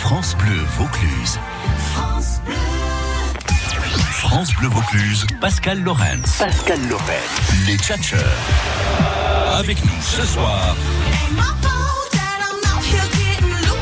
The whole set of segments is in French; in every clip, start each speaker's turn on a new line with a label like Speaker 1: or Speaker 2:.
Speaker 1: France Bleu Vaucluse. France Bleu. France Bleu Vaucluse, Pascal Lorenz.
Speaker 2: Pascal Lorenz.
Speaker 1: Les Tchatcheurs. Avec nous ce soir.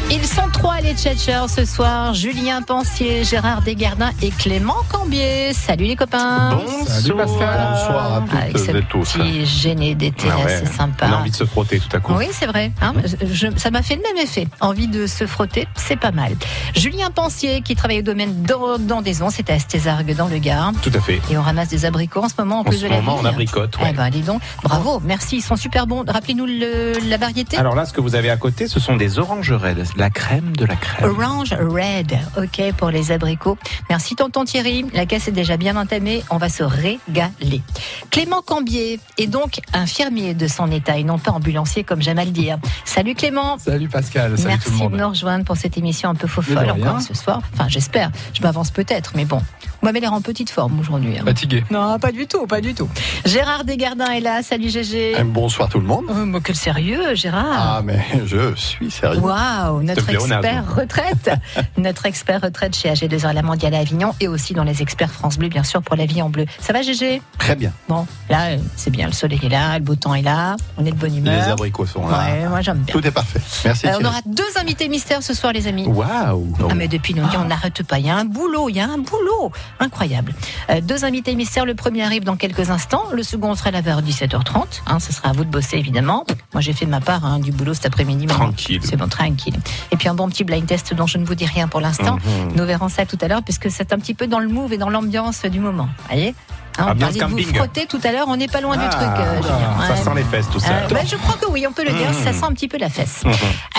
Speaker 3: Ils sont trois les Tchatcheurs ce soir. Julien Pensier, Gérard Desgardins et Clément Cambier. Salut les copains.
Speaker 4: Bonsoir. Salut Pascal.
Speaker 5: Bonsoir à toutes
Speaker 3: Avec ce
Speaker 5: et tous.
Speaker 3: petit gêné d'été,
Speaker 5: Ah
Speaker 3: là,
Speaker 5: ouais.
Speaker 3: c'est sympa.
Speaker 5: On a envie de se frotter tout à coup.
Speaker 3: Oui, c'est vrai. hein. Je- ça m'a fait le même effet. Envie de se frotter, c'est pas mal. Julien Pensier, qui travaille au domaine d'Or- d'Andaison, c'est à Stézargues dans le Gard.
Speaker 5: Tout à fait.
Speaker 3: Et on ramasse des abricots en ce moment, en
Speaker 5: En
Speaker 3: plus
Speaker 5: ce
Speaker 3: de la
Speaker 5: moment, on
Speaker 3: vigne.
Speaker 5: abricote.
Speaker 3: Eh
Speaker 5: ouais.
Speaker 3: ben, dis donc, bravo, merci, ils sont super bons. Rappelez-nous le- la variété.
Speaker 5: Alors là, ce que vous avez à côté, ce sont des oranges raides. La crème de la crème.
Speaker 3: Orange Red, ok pour les abricots. Merci tonton Thierry, la caisse est déjà bien entamée, on va se régaler. Clément Cambier est donc infirmier de son état et non pas ambulancier comme j'aime à le dire. Salut Clément
Speaker 4: Salut Pascal, salut tout
Speaker 3: Merci
Speaker 4: le monde.
Speaker 3: de nous rejoindre pour cette émission un peu faux
Speaker 4: Mais
Speaker 3: folle
Speaker 4: de rien.
Speaker 3: encore ce soir. Enfin, j'espère. Je m'avance peut-être, mais bon. Vous m'avez l'air en petite forme aujourd'hui. hein.
Speaker 4: Fatigué.
Speaker 3: Non, pas du tout, pas du tout. Gérard Desgardins est là. Salut GG.
Speaker 4: Ah
Speaker 5: Euh,
Speaker 4: Eh, Bonsoir tout le monde.
Speaker 3: Oh, mais quel sérieux, Gérard.
Speaker 4: Ah mais je suis sérieux.
Speaker 3: Waouh, notre
Speaker 5: Te plaît, on a
Speaker 3: expert retraite. notre expert retraite chez AG2R La Mondiale à Avignon et aussi dans les experts France Bleu, bien sûr, pour la vie en bleu. Ça va, GG
Speaker 4: Très bien.
Speaker 3: Bon, là, euh, c'est bien, le soleil est là, le beau temps est là, on est de bonne humeur.
Speaker 4: Les abricots sont là.
Speaker 3: Ouais, moi j'aime bien.
Speaker 4: Tout est parfait. Merci.
Speaker 3: Euh, on
Speaker 4: Thierry.
Speaker 3: aura deux invités mystères ce soir, les amis.
Speaker 5: Waouh
Speaker 3: Ah, mais depuis lundi, on n'arrête pas. Il y a un boulot, il y a un boulot. Incroyable. Euh, deux invités mystères. Le premier arrive dans quelques instants. Le second sera là vers 17h30. Hein, ce sera à vous de bosser, évidemment. Moi, j'ai fait ma part hein, du boulot cet après-midi. mais bon,
Speaker 5: Tranquille.
Speaker 3: C'est bon, tranquille. Et puis un bon petit blind test dont je ne vous dis rien pour l'instant.
Speaker 5: Mhm.
Speaker 3: Nous verrons ça tout à l'heure, puisque c'est un petit peu dans le move et dans l'ambiance du moment. Voyez Hein,
Speaker 5: Ah,
Speaker 3: on
Speaker 5: bien
Speaker 3: parlait de vous
Speaker 5: camping.
Speaker 3: frotter tout à l'heure, on n'est pas loin du
Speaker 5: Ah,
Speaker 3: truc. euh, Julien.
Speaker 5: Ça
Speaker 3: Ouais.
Speaker 5: sent les fesses tout ça.
Speaker 3: Euh, bah, je crois que oui, on peut le dire, ça
Speaker 5: Mhm.
Speaker 3: sent un petit peu la fesse.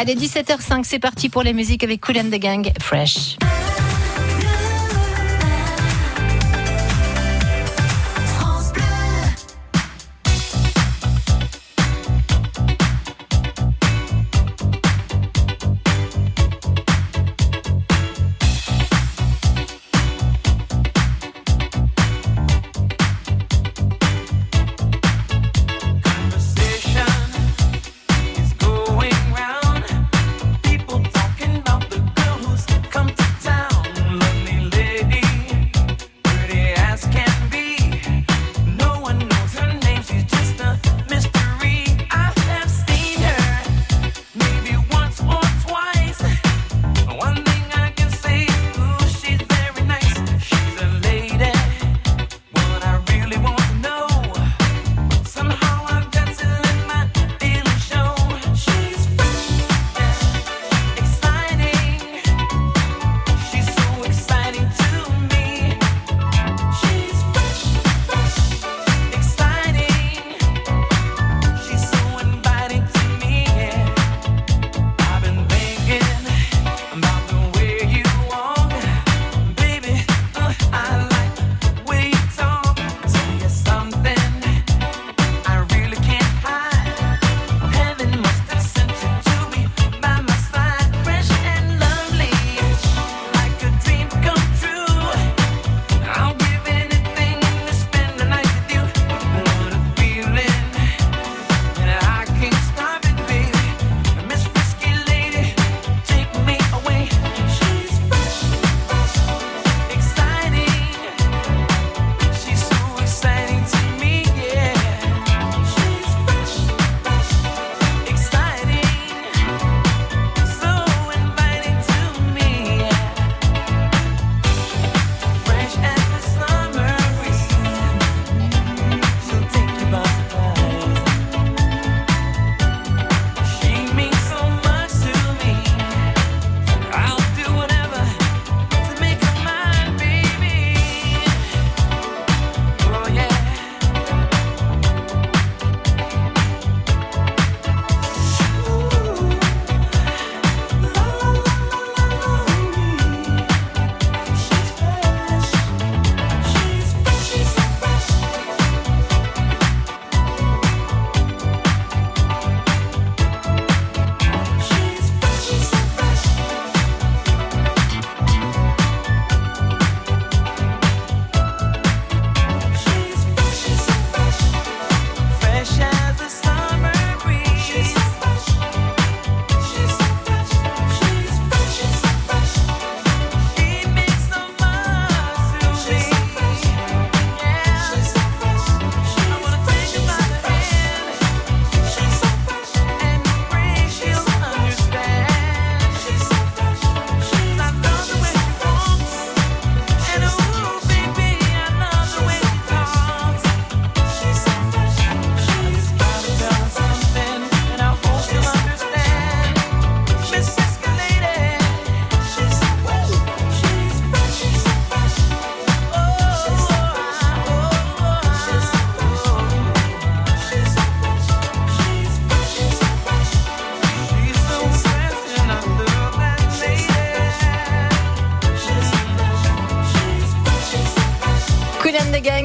Speaker 3: Allez, 17h05, c'est parti pour la musique avec Cool and the Gang, Fresh.
Speaker 6: People talking about the girl who's come to town.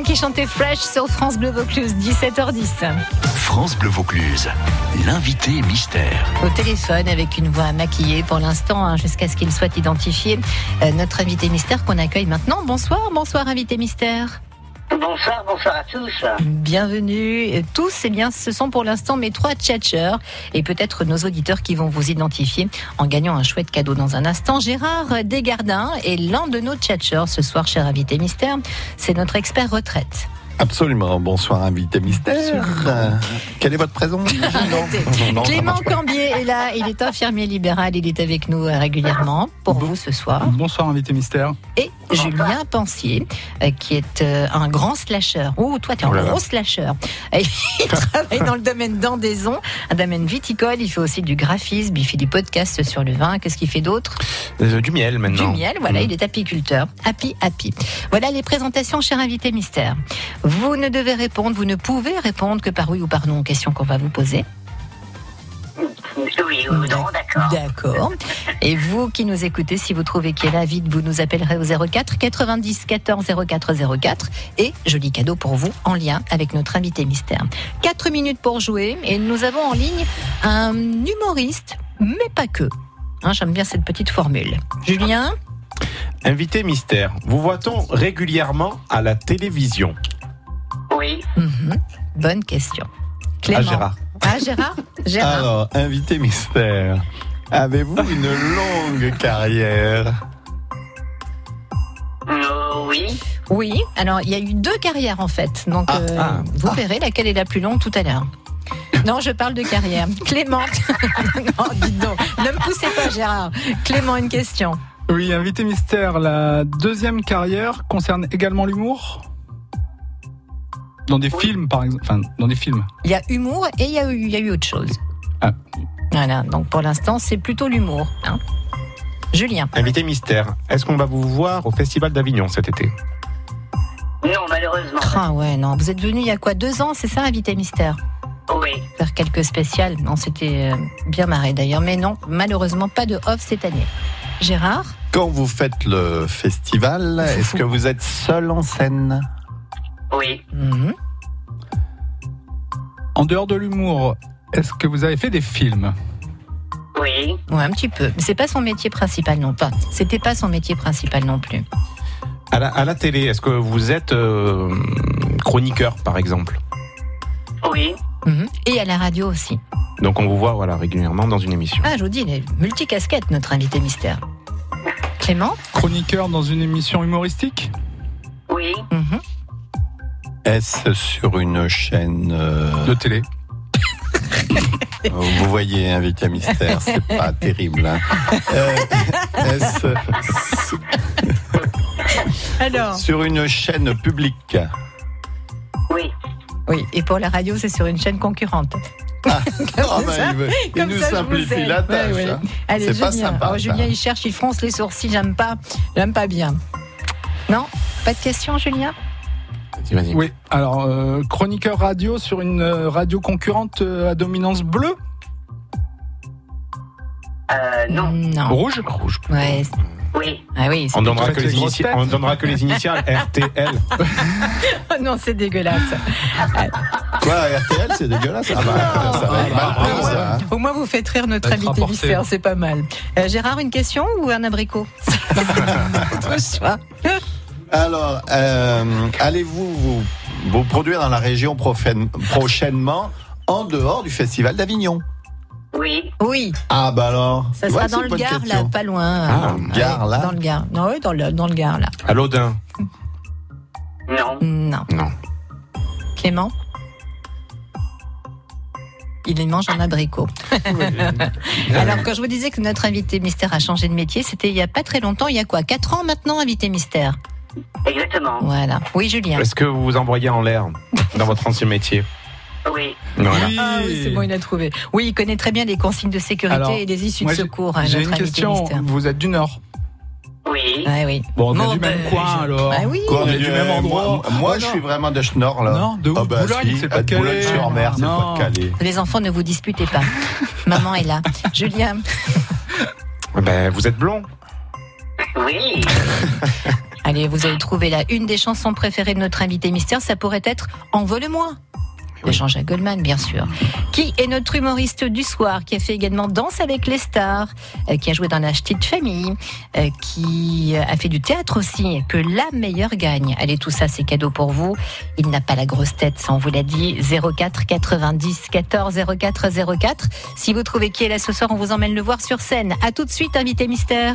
Speaker 3: qui chantait Fresh sur France Bleu Vaucluse, 17h10.
Speaker 1: France Bleu Vaucluse, l'invité mystère.
Speaker 3: Au téléphone, avec une voix maquillée pour l'instant, hein, jusqu'à ce qu'il soit identifié, euh, notre invité mystère qu'on accueille maintenant. Bonsoir, bonsoir invité mystère.
Speaker 2: Bonsoir, bonsoir à tous.
Speaker 3: Bienvenue euh, tous. Eh bien, ce sont pour l'instant mes trois tchatcheurs et peut-être nos auditeurs qui vont vous identifier en gagnant un chouette cadeau dans un instant. Gérard Desgardins est l'un de nos tchatcheurs ce soir, cher invité mystère. C'est notre expert retraite.
Speaker 4: Absolument. Bonsoir, invité mystère. Euh, Quel est votre présent Non, non, ça
Speaker 3: Clément
Speaker 4: marche pas.
Speaker 3: Cambier est là. Il est infirmier libéral. Il est avec nous euh, régulièrement pour vous ce soir.
Speaker 6: Bonsoir invité mystère.
Speaker 3: Et Julien Pensier, euh, qui est euh, un grand slasher. Oh, toi, t'es un
Speaker 4: Oh là là.
Speaker 3: gros slasher. Et il travaille dans le domaine d'endaison, un domaine viticole. Il fait aussi du graphisme, il fait du podcast sur le vin. Qu'est-ce qu'il fait d'autre
Speaker 5: Euh, du miel
Speaker 3: Du
Speaker 5: maintenant.
Speaker 3: miel, voilà,
Speaker 4: Mmh.
Speaker 5: Mm.
Speaker 3: il est apiculteur. Happy, happy. Voilà les présentations, cher invité mystère. Vous ne devez répondre, vous ne pouvez répondre que par oui ou par non aux questions qu'on va vous poser.
Speaker 2: Oui ou non, d'accord.
Speaker 3: D'accord. Et vous qui nous écoutez, si vous trouvez qu'il est là vide, vous nous appellerez au 04 90 14 04 04 et joli cadeau pour vous en lien avec notre invité mystère. 4 minutes pour jouer et nous avons en ligne un humoriste, mais pas que. Hein, J'aime bien cette petite formule. Julien
Speaker 5: Invité mystère, vous voit-on régulièrement à la télévision
Speaker 2: Oui,
Speaker 3: Mhm. Bonne question. Clément.
Speaker 5: Ah, Gérard.
Speaker 3: Ah, Gérard Gérard.
Speaker 4: Alors, invité mystère, avez-vous une longue carrière
Speaker 2: Euh, oui,
Speaker 3: Oui, alors il y a eu deux carrières en fait. Donc
Speaker 4: Ah,
Speaker 3: euh,
Speaker 5: ah,
Speaker 3: vous verrez laquelle est la plus longue tout à l'heure. Non, je parle de carrière. Clément. non, dites donc. Ne me poussez pas, Gérard. Clément, une question.
Speaker 6: Oui, invité mystère, la deuxième carrière concerne également l'humour Dans des films par exemple, enfin dans des films.
Speaker 3: Il y a humour et il y a eu, il y a eu autre chose.
Speaker 6: Ah.
Speaker 3: Voilà, donc pour l'instant, c'est plutôt l'humour. hein. Julien.
Speaker 5: Invité mystère, est-ce qu'on va vous voir au Festival d'Avignon cet été
Speaker 2: non, malheureusement.
Speaker 3: Ah ouais, non. Vous êtes venu il y a quoi Deux ans, c'est ça, invité mystère
Speaker 2: Oui,
Speaker 3: Faire quelques spéciales. Non, c'était euh, bien marré d'ailleurs. Mais non, malheureusement, pas de off cette année. Gérard
Speaker 4: Quand vous faites le festival, est-ce que vous êtes seul en scène
Speaker 2: oui.
Speaker 3: Mhm.
Speaker 6: En dehors de l'humour, est-ce que vous avez fait des films
Speaker 2: Oui,
Speaker 3: Ouais, un petit peu. Mais C'est pas son métier principal non pas. C'était pas son métier principal non plus.
Speaker 5: à la, à la télé, est-ce que vous êtes euh, chroniqueur par exemple
Speaker 2: oui,
Speaker 3: Mhm. Et à la radio aussi.
Speaker 5: Donc on vous voit voilà, régulièrement dans une émission.
Speaker 3: Ah, je vous dis, il est multicasquette, notre invité mystère. Clément
Speaker 6: Chroniqueur dans une émission humoristique
Speaker 2: oui,
Speaker 3: Mhm.
Speaker 4: Est-ce sur une chaîne euh,
Speaker 6: de télé
Speaker 4: Vous voyez, invité mystère, c'est pas terrible. hein. Euh, est-ce
Speaker 3: Alors
Speaker 4: sur une chaîne publique
Speaker 2: oui.
Speaker 3: Oui, et pour la radio, c'est sur une chaîne concurrente.
Speaker 4: Ah ben,
Speaker 3: ça,
Speaker 4: il, veut- il
Speaker 3: comme
Speaker 4: nous
Speaker 3: ça, je vous
Speaker 4: simplifie
Speaker 3: aime.
Speaker 4: la
Speaker 3: Ouais,
Speaker 4: tâche.
Speaker 3: ouais.
Speaker 4: hein.
Speaker 3: Allez,
Speaker 4: C'est
Speaker 3: Julien.
Speaker 4: pas sympa,
Speaker 3: Oh,
Speaker 4: ça.
Speaker 3: Julien, il cherche, il fronce les sourcils, j'aime pas. J'aime pas bien. Non Pas de question, Julien
Speaker 5: Vas-y, vas-y.
Speaker 6: Oui, alors euh, chroniqueur radio sur une euh, radio concurrente euh, à dominance bleue
Speaker 2: Euh, non,
Speaker 3: Non.
Speaker 6: Rouge
Speaker 5: Rouge.
Speaker 3: Ouais.
Speaker 2: oui,
Speaker 3: Ah oui, c'est-
Speaker 5: On donnera,
Speaker 6: Faites
Speaker 5: que
Speaker 6: les
Speaker 5: les
Speaker 6: grosses
Speaker 5: initiales-
Speaker 6: têtes.
Speaker 5: on donnera que les initiales RTL.
Speaker 3: non, c'est dégueulasse.
Speaker 4: Quoi, RTL, c'est dégueulasse. Ah bah,
Speaker 3: Non.
Speaker 4: ça va être mal
Speaker 6: Ah,
Speaker 4: pris, ça, hein.
Speaker 3: Au moins, vous faites rire notre
Speaker 6: Être
Speaker 3: invité
Speaker 6: rapporté.
Speaker 3: mystère, c'est pas mal. Euh, Gérard, une question ou un abricot Votre choix.
Speaker 4: Alors, euh, allez-vous vous, vous produire dans la région profaine- prochainement en dehors du Festival d'Avignon
Speaker 2: oui,
Speaker 3: Oui,
Speaker 4: Ah bah alors,
Speaker 3: ça
Speaker 4: tu
Speaker 3: sera
Speaker 4: vois, c'est
Speaker 3: dans
Speaker 4: une
Speaker 3: le
Speaker 4: bonne
Speaker 3: Gard, là,
Speaker 4: question.
Speaker 3: pas loin.
Speaker 5: Ah,
Speaker 4: dans le Gard, là
Speaker 3: Dans le Gard. Non, oui, dans le, dans le Gard, là.
Speaker 5: À l'Audin.
Speaker 2: non,
Speaker 3: Non.
Speaker 5: Non.
Speaker 3: Clément il mange un abricot. Alors, quand je vous disais que notre invité mystère a changé de métier, c'était il y a pas très longtemps, il y a quoi 4 ans maintenant, invité mystère
Speaker 2: exactement.
Speaker 3: Voilà. Oui, Julien.
Speaker 5: Est-ce que vous vous envoyez en l'air dans votre ancien métier
Speaker 2: Oui,
Speaker 5: Voilà.
Speaker 3: Ah oui, c'est bon, il a trouvé. Oui, il connaît très bien les consignes de sécurité
Speaker 6: Alors,
Speaker 3: et les issues
Speaker 6: moi,
Speaker 3: de
Speaker 6: j'ai-
Speaker 3: secours. hein,
Speaker 6: J'ai
Speaker 3: notre
Speaker 6: une
Speaker 3: invité
Speaker 6: question,
Speaker 3: mystère.
Speaker 6: vous êtes du Nord
Speaker 2: oui,
Speaker 3: Ouais, oui.
Speaker 6: Bon, on
Speaker 3: Bon,
Speaker 6: est du
Speaker 3: ben,
Speaker 6: même coin
Speaker 3: je-
Speaker 6: alors.
Speaker 3: Bah oui.
Speaker 4: Quoi,
Speaker 6: On est du même
Speaker 4: euh,
Speaker 6: endroit.
Speaker 4: Moi, moi,
Speaker 6: Ah,
Speaker 4: je
Speaker 6: non.
Speaker 4: suis vraiment de Schnorr, là.
Speaker 6: Non, de
Speaker 4: Ah
Speaker 6: où
Speaker 4: bah,
Speaker 6: Boulogne,
Speaker 4: si,
Speaker 6: c'est pas
Speaker 4: Boulogne sur mer, c'est pas
Speaker 6: Non.
Speaker 4: de Calais.
Speaker 3: Les enfants, ne vous disputez pas. Maman est là. Julien,
Speaker 5: Eh Ben, vous êtes blond.
Speaker 2: oui.
Speaker 3: Allez, vous avez trouvé là une des chansons préférées de notre invité mystère. Ça pourrait être Envole-moi de Jean-Jacques Goldman, bien sûr. Qui est notre humoriste du soir, qui a fait également Danse avec les stars, euh, qui a joué dans La Petite Famille, euh, qui euh, a fait du théâtre aussi, que la meilleure gagne. Allez, tout ça, c'est cadeau pour vous. Il n'a pas la grosse tête, ça on vous l'a dit. 04 90 14 04 04. Si vous trouvez qui est là ce soir, on vous emmène le voir sur scène. À tout de suite, invité mystère.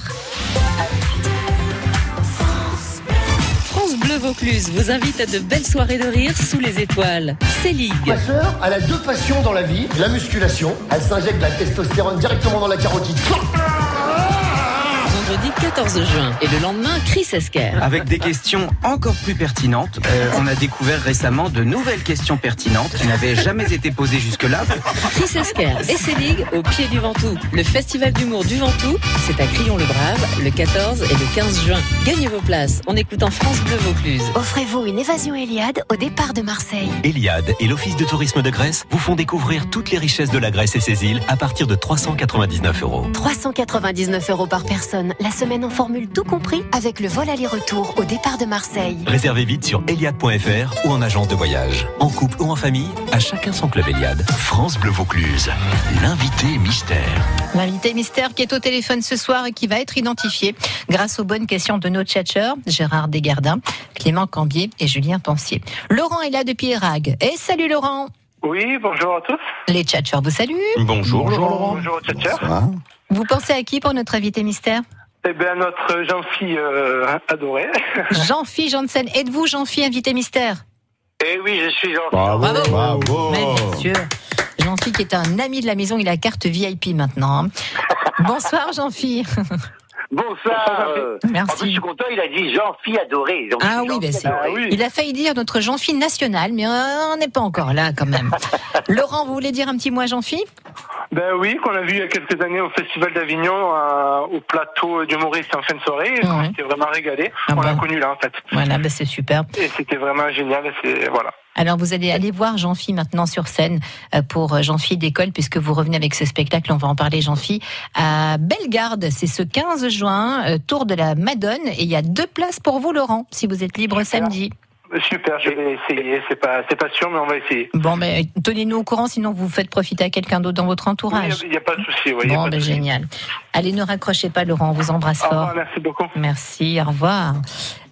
Speaker 7: France Bleu Vaucluse vous invite à de belles soirées de rire sous les étoiles. C'est Ligue.
Speaker 8: Ma sœur, elle a deux passions dans la vie, la musculation, elle s'injecte de la testostérone directement dans la carotide.
Speaker 7: Vendredi 14 juin. Et le lendemain, Chris Esquer.
Speaker 9: Avec des questions encore plus pertinentes, Euh, on a découvert récemment de nouvelles questions pertinentes qui n'avaient jamais été posées jusque-là.
Speaker 7: Chris Esquer et C'est Ligue au pied du Ventoux. Le festival d'humour du Ventoux, c'est à Crillon-le-Brave le 14 et le 15 juin. Gagnez vos places en écoutant France Bleu Vaucluse.
Speaker 10: Offrez-vous une évasion Eliade au départ de Marseille.
Speaker 1: Eliade et l'Office de tourisme de Grèce vous font découvrir toutes les richesses de la Grèce et ses îles à partir de 399 euros.
Speaker 10: 399 euros par personne, la semaine en formule tout compris avec le vol aller-retour au départ de Marseille.
Speaker 1: Réservez vite sur Eliade.fr ou en agence de voyage. En couple ou en famille, à chacun son club Eliade. France Bleu Vaucluse, l'invité mystère.
Speaker 3: L'invité mystère qui est au téléphone ce soir et qui va être identifié grâce aux bonnes questions de nos tchatcheurs, Gérard Desgardins, Clément Cambier et Julien Pensier. Laurent est là depuis Erag. Et salut Laurent
Speaker 11: Oui, bonjour à tous.
Speaker 3: Les tchatcheurs vous saluent.
Speaker 5: Bonjour.
Speaker 11: Bonjour aux tchatcheurs.
Speaker 4: Bonsoir.
Speaker 3: Vous pensez à qui pour notre invité mystère
Speaker 11: Eh bien, notre jeune-fille euh, adorée.
Speaker 3: Jean-Phi Janssen. Êtes-vous Jean-Phi invité mystère
Speaker 11: Eh oui, je suis jean
Speaker 4: Bravo.
Speaker 3: Bravo.
Speaker 4: Bravo.
Speaker 3: Mais bien sûr. Jean-Phi qui est un ami de la maison, il a carte VIP maintenant. Bonsoir Jean-Phi.
Speaker 11: Bonsoir.
Speaker 2: euh,
Speaker 11: en plus, je
Speaker 3: Merci.
Speaker 11: suis content, il a dit Jean-Fille adorée. Donc,
Speaker 3: Ah
Speaker 11: je suis
Speaker 3: oui, ben
Speaker 11: Jean-Fille
Speaker 3: c'est-
Speaker 11: adorée.
Speaker 3: Il a failli dire notre Jean-Phi national, mais euh, on n'est pas encore là quand même. Laurent, vous voulez dire un petit mot à Jean-Phi
Speaker 11: Ben oui, qu'on a vu il y a quelques années au Festival d'Avignon, euh, au plateau du Maurice en fin de soirée.
Speaker 3: Ouais.
Speaker 11: On s'était vraiment régalé.
Speaker 3: Ah
Speaker 11: on l'a
Speaker 3: bon.
Speaker 11: connu là, en fait.
Speaker 3: Voilà, ben c'est super.
Speaker 11: Et c'était vraiment génial. C'est voilà.
Speaker 3: Alors vous allez aller voir Jean-Phi maintenant sur scène euh, pour euh, Jean-Phi d'école puisque vous revenez avec ce spectacle, on va en parler Jean-Phi, à Bellegarde, c'est ce 15 juin, euh, tour de la Madone et il y a deux places pour vous Laurent si vous êtes libre samedi.
Speaker 11: Super, je vais essayer. C'est pas, c'est pas sûr, mais on va essayer.
Speaker 3: Bon mais euh, tenez-nous au courant sinon vous faites profiter à quelqu'un d'autre dans votre
Speaker 11: Oui,
Speaker 3: entourage.
Speaker 11: Il n'y a, pas de souci. ouais, il y a
Speaker 3: Bon
Speaker 11: pas de
Speaker 3: ben
Speaker 11: souci.
Speaker 3: génial. Allez ne raccrochez pas Laurent, on vous embrasse
Speaker 11: Au
Speaker 3: fort.
Speaker 11: revoir, merci beaucoup.
Speaker 3: Merci, au revoir.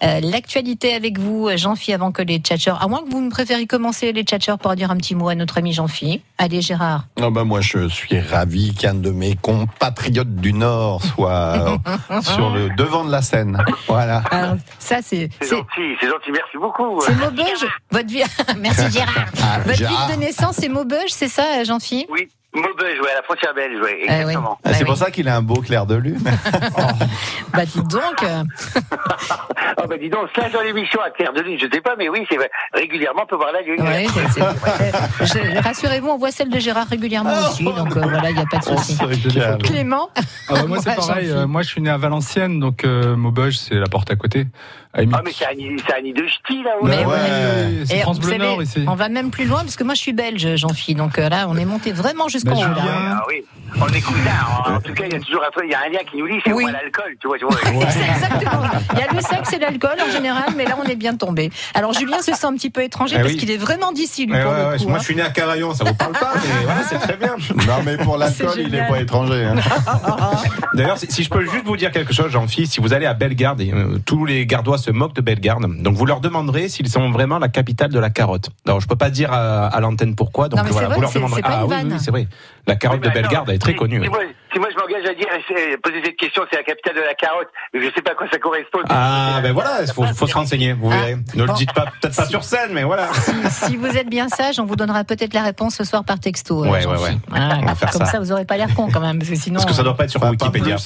Speaker 3: Euh, L'actualité avec vous, euh, Jean-Phi, avant que les tchatcheurs, à moins que vous me préfériez commencer les tchatcheurs pour dire un petit mot à notre ami Jean-Phi. Allez Gérard.
Speaker 4: Non, ben moi, je suis ravi qu'un de mes compatriotes du Nord soit euh, sur le devant de la scène. Voilà.
Speaker 3: Alors, Ah, ça, c'est.
Speaker 11: Ah, C'est
Speaker 3: c'est-
Speaker 11: gentil, c'est gentil, merci beaucoup.
Speaker 3: C'est Maubeuge Votre vie. Merci Gérard.
Speaker 4: Ah,
Speaker 3: Votre
Speaker 4: Gérard.
Speaker 3: ville de naissance, c'est Maubeuge, c'est ça, Jean-Phi
Speaker 11: Oui, Maubeuge, ouais, à la frontière belge, ouais,
Speaker 3: oui.
Speaker 11: exactement.
Speaker 4: Ah, c'est
Speaker 3: Bah
Speaker 4: pour ça qu'il a un beau clair de lune.
Speaker 3: Bah, dites donc. euh,
Speaker 11: Ah bah dis donc, ça dans l'émission à Claire de Lune, je sais pas, mais oui, c'est vrai. régulièrement on peut voir la lune.
Speaker 3: ouais, c'est- c'est- je- Rassurez-vous, on voit celle de Gérard
Speaker 11: Oh.
Speaker 3: régulièrement aussi, donc euh, voilà, il n'y a pas de
Speaker 4: On
Speaker 3: souci.
Speaker 4: se Oh, calme.
Speaker 3: Clément
Speaker 6: Ah bah, moi, c'est
Speaker 3: Moi,
Speaker 6: pareil.
Speaker 3: Jean-Phi.
Speaker 6: euh, moi, je suis né à Valenciennes, donc euh, Maubeuge, c'est la porte à côté. À Émi-
Speaker 11: Ah mais c'est Annie, c'est Annie de Ch'ti là-haut.
Speaker 3: Mais
Speaker 6: Bah
Speaker 4: ouais.
Speaker 6: c'est
Speaker 3: Et
Speaker 6: France
Speaker 3: vous
Speaker 6: Bleu
Speaker 3: savez,
Speaker 6: Nord ici.
Speaker 3: On va même plus loin, parce que moi je suis belge, Jean-Phi, donc euh, là, on est monté vraiment jusqu'en
Speaker 6: Bah,
Speaker 3: haut.
Speaker 6: Julien,
Speaker 3: là.
Speaker 11: Ah oui, on est cousins. En, en tout cas, il y a toujours un truc, il y a un lien qui nous lie, c'est
Speaker 3: Oui.
Speaker 11: au moins l'alcool, tu vois. Tu vois.
Speaker 3: C'est exactement. Il y a le sexe et l'alcool en général, mais là on est bien tombé. Alors Julien se sent un petit peu étranger
Speaker 5: Eh
Speaker 3: parce
Speaker 5: oui. Eh
Speaker 3: qu'il est vraiment d'ici lui
Speaker 5: Ouais,
Speaker 3: pour
Speaker 5: ouais,
Speaker 3: le
Speaker 5: ouais,
Speaker 3: coup.
Speaker 5: moi,
Speaker 3: hein.
Speaker 5: je suis né à Carayon, ça vous parle pas, mais voilà, c'est très bien.
Speaker 4: Non, mais pour l'alcool,
Speaker 3: C'est
Speaker 4: il
Speaker 3: génial.
Speaker 4: n'est pas étranger. hein.
Speaker 5: D'ailleurs, si, si je peux juste vous dire quelque chose, Jean-Philippe, si vous allez à Bellegarde, et, euh, tous les Gardois se moquent de Bellegarde, donc vous leur demanderez s'ils sont vraiment la capitale de la carotte. Alors, je peux pas dire à, à l'antenne pourquoi, donc
Speaker 3: Non, mais
Speaker 5: voilà,
Speaker 3: c'est vrai,
Speaker 5: vous leur
Speaker 3: c'est-
Speaker 5: demanderez.
Speaker 3: c'est pas
Speaker 5: ah
Speaker 3: une
Speaker 5: oui,
Speaker 3: vanne.
Speaker 5: oui, oui, c'est vrai. La carotte de
Speaker 11: Mais attends,
Speaker 5: Bellegarde, elle est très
Speaker 11: si-
Speaker 5: connue.
Speaker 11: Si
Speaker 5: oui.
Speaker 11: moi, si moi, je m'engage à dire, c'est- poser cette question, c'est la capitale de la carotte, mais je sais pas à quoi ça correspond.
Speaker 5: Ah ben voilà, il faut, faut se renseigner, vous
Speaker 3: Ah.
Speaker 5: verrez. Ne le
Speaker 3: Bon.
Speaker 5: dites pas, peut-être pas sur scène, mais voilà.
Speaker 3: Ah, Si vous êtes bien sage, on vous donnera peut-être la réponse ce soir par texto. euh,
Speaker 5: Ouais,
Speaker 3: Jean-Phi.
Speaker 5: ouais, ouais.
Speaker 3: Voilà,
Speaker 5: On va faire
Speaker 3: comme ça.
Speaker 5: ça.
Speaker 3: vous aurez pas l'air con quand même, parce que sinon.
Speaker 5: Parce que ça doit pas être sur
Speaker 4: Pas- pas
Speaker 5: Wikipédia.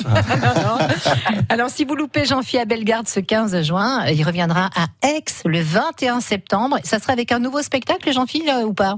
Speaker 3: Alors, si vous loupez Jean-Phi à Bellegarde ce 15 juin, il reviendra à Aix le 21 septembre. Ça sera avec un nouveau spectacle, Jean-Phi, là, ou pas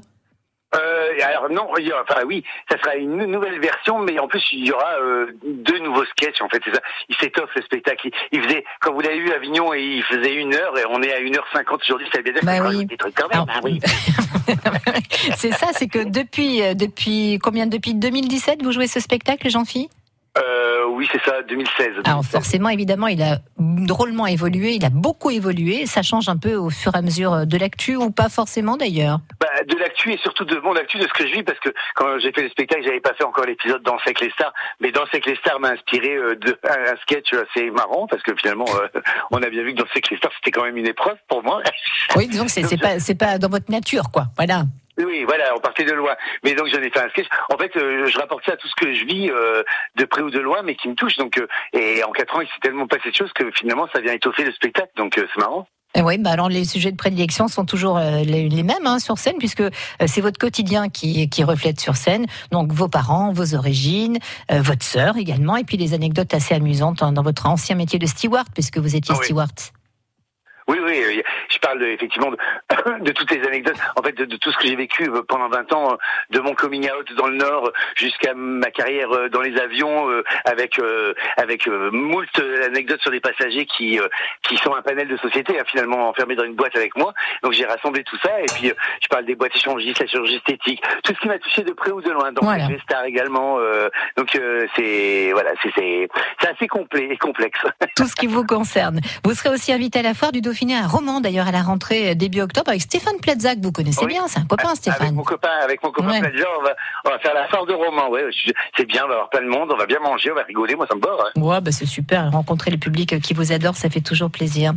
Speaker 11: Euh, alors non, il y aura- enfin oui, ça sera une nou- nouvelle version, mais en plus il y aura euh, deux nouveaux sketchs en fait, c'est ça. Il s'étoffe le spectacle. Il, il faisait, comme vous l'avez vu, Avignon, et il faisait une heure et on est à une heure cinquante aujourd'hui. Ça veut dire qu'il
Speaker 3: Bah
Speaker 11: faut
Speaker 3: oui. Ah.
Speaker 11: rajouter des trucs quand même.
Speaker 3: Alors-
Speaker 11: hein, oui.
Speaker 3: C'est ça, c'est que depuis, euh, depuis combien Depuis 2017, vous jouez ce spectacle, Jean-Phi
Speaker 11: Euh, oui, c'est ça, 2016.
Speaker 3: Alors forcément, évidemment, il a drôlement évolué, il a beaucoup évolué. Ça change un peu au fur et à mesure euh, de l'actu ou pas forcément d'ailleurs.
Speaker 11: Bah, de l'actu et surtout de mon actu de ce que je vis parce que quand j'ai fait le spectacle j'avais pas fait encore l'épisode Danser avec les stars mais Danser avec les stars m'a inspiré euh, de, un, un sketch assez marrant parce que finalement euh, on a bien vu que Danser avec les stars c'était quand même une épreuve pour moi
Speaker 3: Oui, disons que c'est c'est pas, c'est pas dans votre nature, quoi. Voilà.
Speaker 11: Oui, voilà, on partait de loin. Mais donc j'en ai fait un sketch. En fait, euh, je rapporte ça à tout ce que je vis euh, de près ou de loin, mais qui me touche. Donc, euh, et en quatre ans, il s'est tellement passé de choses que finalement, ça vient étoffer le spectacle. Donc, euh, c'est marrant.
Speaker 3: Et oui, bah alors les sujets de prédilection sont toujours euh, les, les mêmes hein, sur scène, puisque euh, c'est votre quotidien qui, qui reflète sur scène. Donc vos parents, vos origines, euh, votre sœur également, et puis des anecdotes assez amusantes hein, dans votre ancien métier de steward, puisque vous étiez
Speaker 11: Ah oui.
Speaker 3: steward.
Speaker 11: Oui, oui, euh, je parle de- effectivement de, de toutes les anecdotes, en fait de, de tout ce que j'ai vécu euh, pendant 20 ans, euh, de mon coming out dans le Nord euh, jusqu'à ma carrière euh, dans les avions, euh, avec euh, avec euh, moult euh, anecdotes sur des passagers qui euh, qui sont un panel de société hein, finalement enfermés dans une boîte avec moi. Donc j'ai rassemblé tout ça et puis euh, je parle des boîtes échangistes, la chirurgie esthétique, tout ce qui m'a touché de près ou de loin, donc
Speaker 3: Voilà.
Speaker 11: les stars également. euh, donc euh, c'est voilà, c'est c'est c'est assez complet et complexe.
Speaker 3: Tout ce qui vous concerne. Vous serez aussi invité à la foire du Dauphiné à Roman, d'ailleurs, à la rentrée euh, début octobre, avec Stéphane Plaza, que vous connaissez bien, c'est un copain,
Speaker 11: Avec
Speaker 3: Stéphane.
Speaker 11: mon copain, avec mon copain
Speaker 3: Ouais.
Speaker 11: Plaza, on va, on va faire la foire de Roman. Ouais, je- c'est bien, on va avoir plein de monde, on va bien manger, on va hein. rigoler, moi ça me bord.
Speaker 3: Ouais, bah c'est super. Rencontrer le public euh, qui vous adore, ça fait toujours plaisir.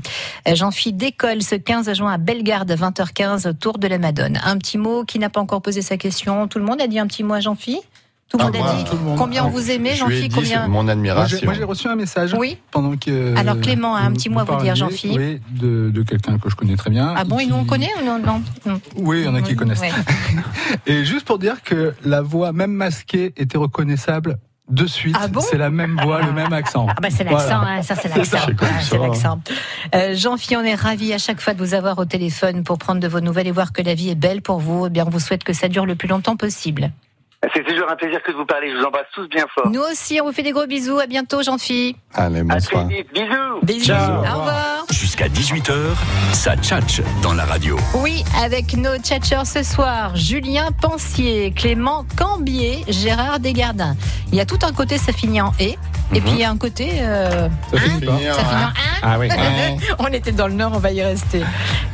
Speaker 3: Euh, Jean-Philippe décolle ce 15 juin à Bellegarde, 20h15, au Tour de la Madone. Un petit mot qui n'a pas encore posé sa question. Tout le monde a dit un petit mot à Jean-Philippe Tout le
Speaker 4: Ah,
Speaker 3: monde
Speaker 6: bah,
Speaker 4: moi,
Speaker 3: a dit
Speaker 4: tout le monde.
Speaker 3: combien
Speaker 4: Ah,
Speaker 3: vous aimez,
Speaker 4: je lui ai
Speaker 3: Jean-Philippe
Speaker 4: dit,
Speaker 3: combien...
Speaker 4: c'est mon
Speaker 6: Moi, j'ai-
Speaker 4: admiration.
Speaker 6: moi, j'ai reçu un message
Speaker 3: Oui.
Speaker 6: pendant que. euh,
Speaker 3: Alors, Clément a un
Speaker 6: vous-
Speaker 3: petit mot à vous
Speaker 6: parliez,
Speaker 3: dire, Jean-Philippe.
Speaker 6: Oui, de, de quelqu'un que je connais très bien.
Speaker 3: Ah bon,
Speaker 6: et
Speaker 3: et nous on
Speaker 6: qui-
Speaker 3: connaît ou non, non Non.
Speaker 6: Oui, il y en a qui
Speaker 3: Oui,
Speaker 6: connaissent.
Speaker 3: ouais.
Speaker 6: Et juste pour dire que la voix, même masquée, était reconnaissable de suite.
Speaker 3: Ah bon
Speaker 6: c'est la même voix, le même accent.
Speaker 3: Ah bah c'est l'accent,
Speaker 6: Voilà.
Speaker 3: hein, ça c'est l'accent.
Speaker 6: ça, j'ai
Speaker 3: Ouais,
Speaker 6: compris
Speaker 3: c'est
Speaker 6: ça.
Speaker 3: l'accent. Euh, Jean-Philippe, on est ravis à chaque fois de vous avoir au téléphone pour prendre de vos nouvelles et voir que la vie est belle pour vous. Eh bien, on vous souhaite que ça dure le plus longtemps possible.
Speaker 11: C'est toujours un plaisir que de vous parler, je vous embrasse tous bien fort.
Speaker 3: Nous aussi, on vous fait des gros bisous. À bientôt, Jean-Philippe.
Speaker 4: Allez,
Speaker 11: À
Speaker 4: bonsoir.
Speaker 11: très vite, bisous.
Speaker 3: Bisous.
Speaker 1: Ciao.
Speaker 3: Au revoir.
Speaker 1: Jusqu'à 18h, ça tchatche dans la radio.
Speaker 3: Oui, avec nos tchatchers ce soir, Julien Pensier, Clément Cambier, Gérard Desgardins. Il y a tout un côté, ça finit en et, et puis il y a un côté, euh,
Speaker 6: Ça finit pas.
Speaker 3: ça finit en un.
Speaker 5: Ah oui.
Speaker 3: on était dans le Nord, on va y rester.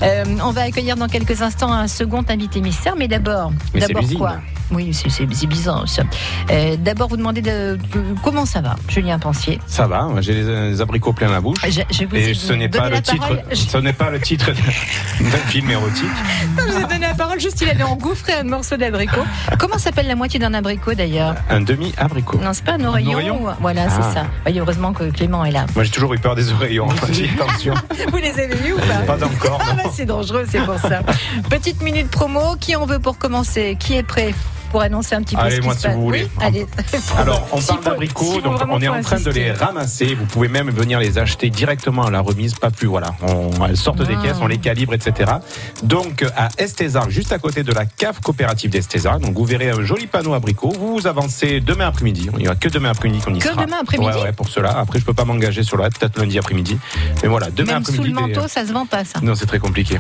Speaker 3: Euh, on va accueillir dans quelques instants un second invité mystère, mais d'abord,
Speaker 5: Mais c'est
Speaker 3: d'abord
Speaker 5: l'usine.
Speaker 3: quoi Oui, c'est- c'est c'est bizarre. ça. Euh, d'abord, vous demandez de, de- comment ça va, Julien Pensier.
Speaker 5: Ça va, j'ai les, euh, les abricots plein la bouche.
Speaker 3: Je, je vous ai
Speaker 5: Et ce
Speaker 3: donné
Speaker 5: n'est pas
Speaker 3: la
Speaker 5: le titre,
Speaker 3: parole. Je-
Speaker 5: ce n'est pas le titre d'un d'un film érotique.
Speaker 3: je vous ai donné la parole juste il allait engouffrer un morceau d'abricot. Comment s'appelle la moitié d'un abricot d'ailleurs
Speaker 5: Un demi abricot.
Speaker 3: Non, c'est pas un oreillon.
Speaker 5: oreillon
Speaker 3: ou- Voilà, c'est
Speaker 5: Ah.
Speaker 3: ça. Oui, heureusement que Clément est là.
Speaker 5: Moi, j'ai toujours eu peur des oreillons. Attention,
Speaker 3: Vous les avez vus ou pas
Speaker 5: pas encore.
Speaker 3: Ah bah c'est dangereux, c'est pour ça. Petite minute promo, qui on veut pour commencer Qui est prêt pour annoncer un petit peu
Speaker 5: Allez,
Speaker 3: ce qui
Speaker 5: moi,
Speaker 3: se
Speaker 5: si
Speaker 3: passe
Speaker 5: vous voulez.
Speaker 3: Oui, allez.
Speaker 5: Alors, on
Speaker 3: S'il
Speaker 5: parle
Speaker 3: faut-
Speaker 5: d'abricots,
Speaker 3: s'il faut
Speaker 5: donc
Speaker 3: vraiment
Speaker 5: on est
Speaker 3: faut
Speaker 5: en train de
Speaker 3: insister.
Speaker 5: les ramasser. Vous pouvez même venir les acheter directement à la remise, pas plus. Voilà, on, elles sortent des
Speaker 3: Ah.
Speaker 5: caisses, on les calibre, etc. Donc, à Estézard, juste à côté de la cave coopérative d'Estézard, donc vous verrez un joli panneau abricot. Vous vous avancez demain après-midi. Il n'y aura que demain après-midi qu'on y
Speaker 3: Que
Speaker 5: sera.
Speaker 3: demain après-midi
Speaker 5: ouais, ouais, pour cela. Après, je peux pas m'engager sur la peut-être lundi après-midi. Mais voilà, demain
Speaker 3: Même sous
Speaker 5: après-midi. euh,
Speaker 3: le
Speaker 5: des-
Speaker 3: manteau, ça se vend pas, ça.
Speaker 5: Non, c'est très compliqué.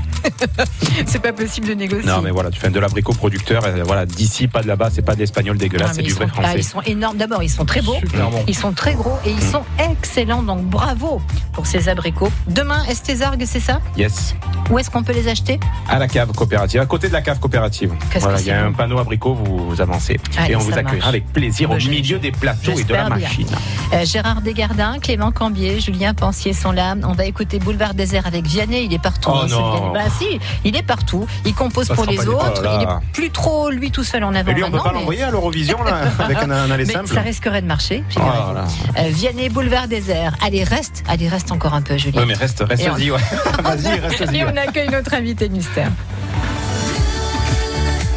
Speaker 3: C'est pas possible de négocier.
Speaker 5: Non, mais voilà, tu fais de l'abricot producteur. euh, Voilà, d'ici, pas de là-bas, c'est pas d'espagnol
Speaker 3: Ah,
Speaker 5: dégueulasse,
Speaker 3: mais
Speaker 5: c'est du
Speaker 3: ils,
Speaker 5: vrai
Speaker 3: sont pas-
Speaker 5: français. Mm.
Speaker 3: ils sont énormes. D'abord, ils sont très beaux.
Speaker 6: Super bon.
Speaker 3: Ils sont très gros et ils sont excellents. Donc, bravo pour ces abricots. Demain, Estézargue, c'est ça
Speaker 5: Yes.
Speaker 3: Où est-ce qu'on peut les acheter
Speaker 5: à la cave coopérative, à côté de la cave coopérative.
Speaker 3: Qu'est-ce
Speaker 5: Voilà,
Speaker 3: que
Speaker 5: il y a
Speaker 3: c'est
Speaker 5: un panneau abricot, vous, vous avancez.
Speaker 3: Allez,
Speaker 5: et on
Speaker 3: ça
Speaker 5: vous accueillera
Speaker 3: marche.
Speaker 5: avec plaisir
Speaker 3: Bah,
Speaker 5: au
Speaker 3: je-
Speaker 5: milieu des plateaux et de la
Speaker 3: j'espère bien.
Speaker 5: machine.
Speaker 3: Euh, Gérard Desgardins, Clément Cambier, Julien Pensier sont là. On va écouter Boulevard Désert avec Vianney. Il est partout.
Speaker 5: Oh
Speaker 3: ce
Speaker 5: non.
Speaker 3: Vianney. Bah si, il est partout. Il compose
Speaker 5: Ça
Speaker 3: pour
Speaker 5: sera
Speaker 3: les
Speaker 5: pas des-
Speaker 3: autres.
Speaker 5: Oh là
Speaker 3: il
Speaker 5: là.
Speaker 3: est plus trop lui tout seul en avant.
Speaker 5: Et lui, on ne peut
Speaker 3: maintenant,
Speaker 5: pas
Speaker 3: mais-
Speaker 5: l'envoyer à l'Eurovision, là, avec un, un aller
Speaker 3: mais
Speaker 5: simple.
Speaker 3: ça risquerait de marcher.
Speaker 5: Oh
Speaker 3: figurez-vous.
Speaker 5: là là.
Speaker 3: Euh, Vianney, Boulevard Désert. Allez, reste. Allez, reste encore un peu, Julien.
Speaker 5: Ouais, mais reste, reste
Speaker 3: Et on-
Speaker 5: y ouais. Vas-y, reste y
Speaker 3: Et on accueille notre invité mystère.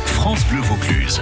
Speaker 1: France Bleu Vaucluse.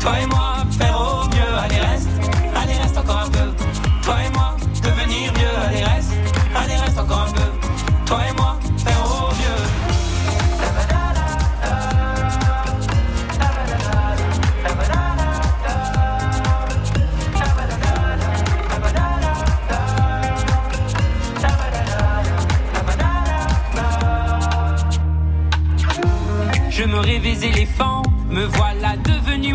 Speaker 12: Toi et moi, faire au mieux. Allez, reste, allez, reste encore un peu. Toi et moi, devenir vieux. Allez, reste, allez, reste encore un peu. Toi et moi, faire au mieux. Je me rêvais éléphant, me voilà devenu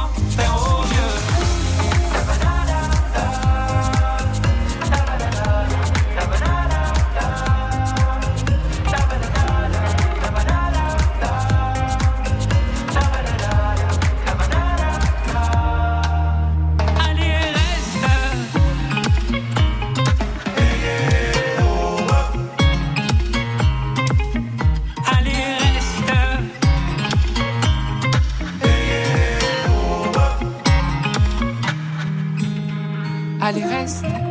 Speaker 12: faire au mieux. Allez, reste. Allez, reste. Allez, reste.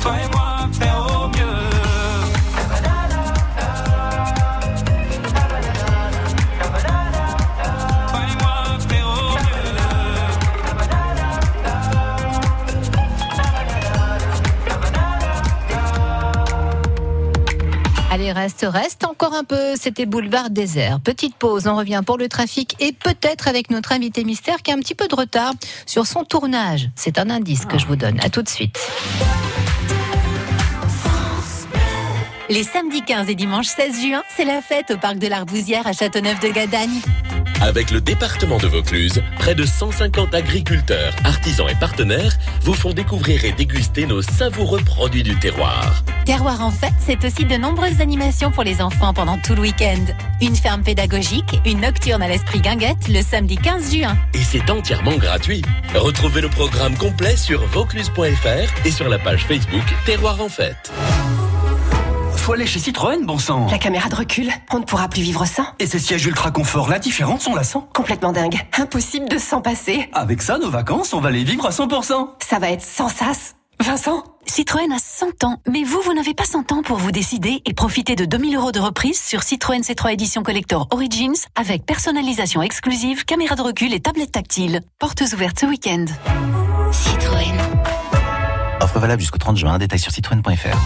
Speaker 12: Toi et moi, faire au mieux.
Speaker 3: Allez, reste, reste encore un peu. C'était Boulevard Désert. Petite pause, on revient pour le trafic et peut-être avec notre invité mystère qui a un petit peu de retard sur son tournage. C'est un indice que je vous donne. À tout de suite.
Speaker 13: Les samedis 15 et dimanche 16 juin, c'est la fête au parc de l'Arbousière à Châteauneuf-de-Gadagne.
Speaker 14: Avec le département de Vaucluse, près de 150 agriculteurs, artisans et partenaires vous font découvrir et déguster nos savoureux produits du terroir.
Speaker 13: Terroir en fête, c'est aussi de nombreuses animations pour les enfants pendant tout le week-end. Une ferme pédagogique, une nocturne à l'esprit guinguette le samedi 15 juin.
Speaker 14: Et c'est entièrement gratuit. Retrouvez le programme complet sur vaucluse.fr et sur la page Facebook Terroir en fête.
Speaker 9: Faut aller chez Citroën, bon sang.
Speaker 15: La caméra de recul, on ne pourra plus vivre sans.
Speaker 9: Et ces sièges ultra confort, la différence, on la sent.
Speaker 15: Complètement dingue, impossible de s'en passer.
Speaker 9: Avec ça, nos vacances, on va les vivre à 100%.
Speaker 15: Ça va être sans sas. Vincent
Speaker 13: Citroën a 100 ans, mais vous, vous n'avez pas 100 ans pour vous décider et profiter de 2000 euros de reprise sur Citroën C3 Edition Collector Origins avec personnalisation exclusive, caméra de recul et tablette tactile. Portes ouvertes ce week-end. Citroën.
Speaker 16: Offre valable jusqu'au 30 juin. Détails sur citroën.fr.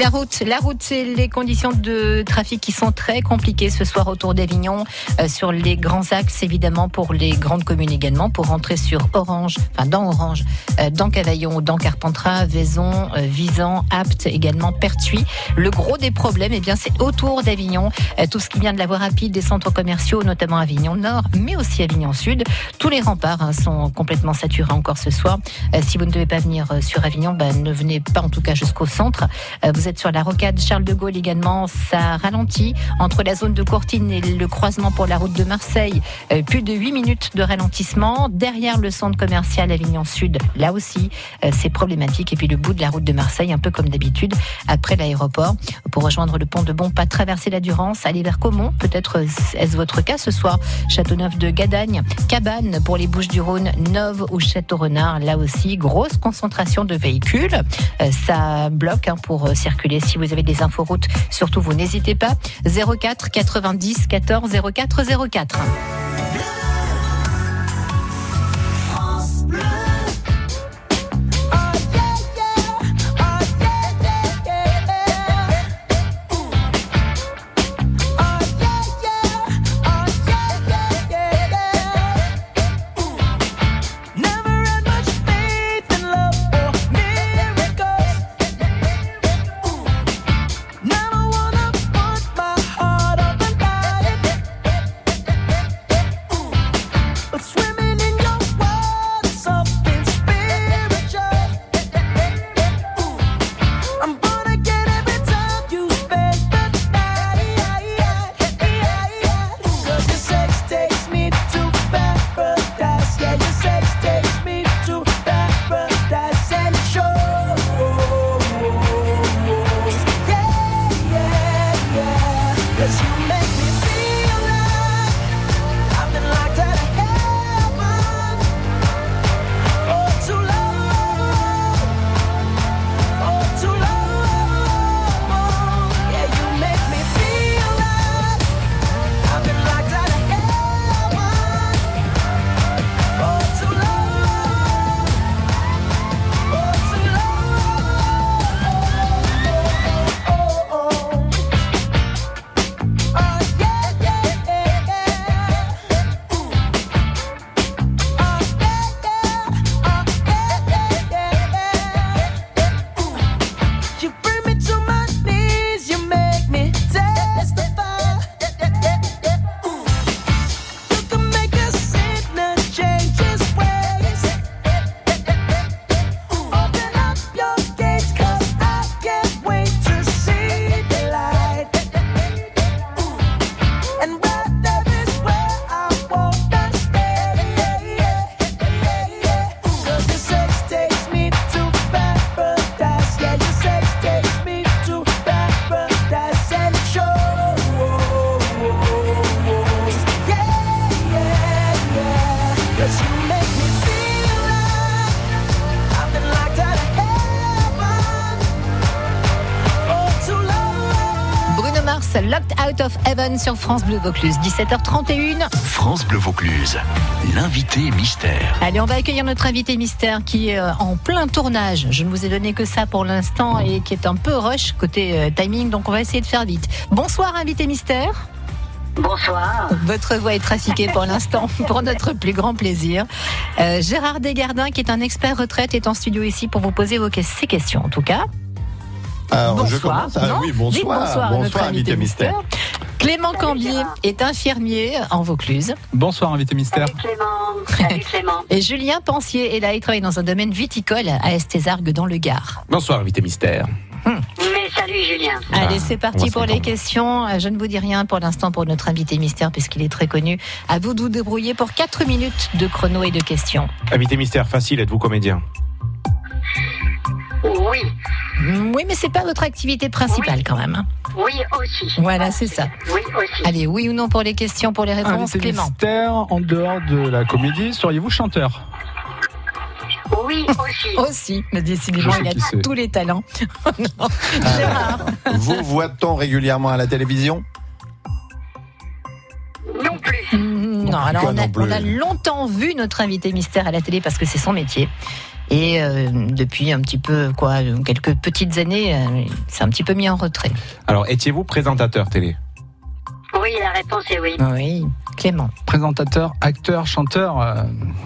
Speaker 3: La route, la route, c'est les conditions de trafic qui sont très compliquées ce soir autour d'Avignon, euh, sur les grands axes évidemment, pour les grandes communes également, pour rentrer sur Orange, enfin dans Orange, euh, dans Cavaillon, ou dans Carpentras, Vaison, euh, Visan, Apt, également Pertuis. Le gros des problèmes, eh bien, c'est autour d'Avignon, Euh, tout ce qui vient de la voie rapide, des centres commerciaux, notamment Avignon Nord, mais aussi Avignon Sud. Tous les remparts hein, sont complètement saturés encore ce soir. Euh, si vous ne devez pas venir euh, sur Avignon, ben, ne venez pas en tout cas jusqu'au centre. Euh, vous êtes sur la rocade Charles de Gaulle également. Ça ralentit entre la zone de Courtine et le croisement pour la route de Marseille. euh, plus de 8 minutes de ralentissement. Derrière le centre commercial Avignon Sud, là aussi, euh, c'est problématique. Et puis le bout de la route de Marseille, un peu comme d'habitude, après l'aéroport, pour rejoindre le pont de Bon, pas traverser la Durance, aller vers Caumont. Peut-être euh, est-ce votre cas ce soir. Châteauneuf de Gadagne, Cabane pour les Bouches du Rhône, Neuve ou Château Renard. Là aussi, grosse concentration de véhicules. Euh, ça bloque hein, pour euh, circuler. Si vous avez des inforoutes, surtout vous n'hésitez pas. 04 90 14 04 04.
Speaker 12: France
Speaker 15: Oh, Oh,
Speaker 3: Locked Out of Heaven sur France Bleu Vaucluse, 17h31.
Speaker 1: France Bleu Vaucluse, l'invité mystère.
Speaker 3: Allez, on va accueillir notre invité mystère qui est euh, en plein tournage. Je ne vous ai donné que ça pour l'instant et qui est un peu rush côté euh, timing, donc on va essayer de faire vite. Bonsoir, invité mystère.
Speaker 2: Bonsoir.
Speaker 3: Votre voix est trafiquée pour l'instant, pour notre plus grand plaisir. Euh, Gérard Desgardins, qui est un expert retraite, est en studio ici pour vous poser vos que- ses questions, en tout cas.
Speaker 4: Alors, je
Speaker 3: bonsoir.
Speaker 4: commence. Ah
Speaker 3: non
Speaker 4: oui,
Speaker 3: Dites
Speaker 4: bonsoir.
Speaker 3: bonsoir, à notre invité mystère. Clément Cambier est infirmier en Vaucluse.
Speaker 6: Bonsoir, invité mystère.
Speaker 3: Et Julien Pensier est là, il travaille dans un domaine viticole à Estézargues dans le Gard.
Speaker 5: Bonsoir, invité mystère.
Speaker 2: Mais salut Julien.
Speaker 3: Allez, c'est
Speaker 5: on
Speaker 3: parti
Speaker 5: va
Speaker 3: pour les
Speaker 5: s'entendre.
Speaker 3: questions. Euh, Je ne vous dis rien pour l'instant pour notre invité mystère puisqu'il est très connu. À vous de vous débrouiller pour 4 minutes de chrono et de questions.
Speaker 5: Invité mystère, facile, êtes-vous comédien
Speaker 2: Oui,
Speaker 3: Mm, Oui, mais c'est pas votre activité principale quand même. hein.
Speaker 2: oui aussi.
Speaker 3: Voilà, c'est ça.
Speaker 2: Oui aussi.
Speaker 3: Allez, oui ou non pour les questions, pour les réponses,
Speaker 6: Invité
Speaker 3: Clément.
Speaker 6: mystère, en dehors de la comédie, seriez-vous chanteur
Speaker 2: Oui aussi.
Speaker 3: Aussi, mais décidément,
Speaker 6: Je sais
Speaker 3: il
Speaker 6: qui c'est.
Speaker 3: a tous les talents. Non, Gérard.
Speaker 4: Vous voit-on régulièrement à la télévision
Speaker 3: Mm, Non, alors
Speaker 4: Quoi
Speaker 3: on a,
Speaker 4: non plus.
Speaker 3: on a longtemps vu notre invité mystère à la télé parce que c'est son métier. Et euh, depuis un petit peu, quoi, quelques petites années, euh, c'est un petit peu mis en retrait.
Speaker 5: Alors, étiez-vous présentateur télé
Speaker 2: Oui, la réponse est oui.
Speaker 3: Oui, Clément.
Speaker 6: Présentateur, acteur, chanteur, euh,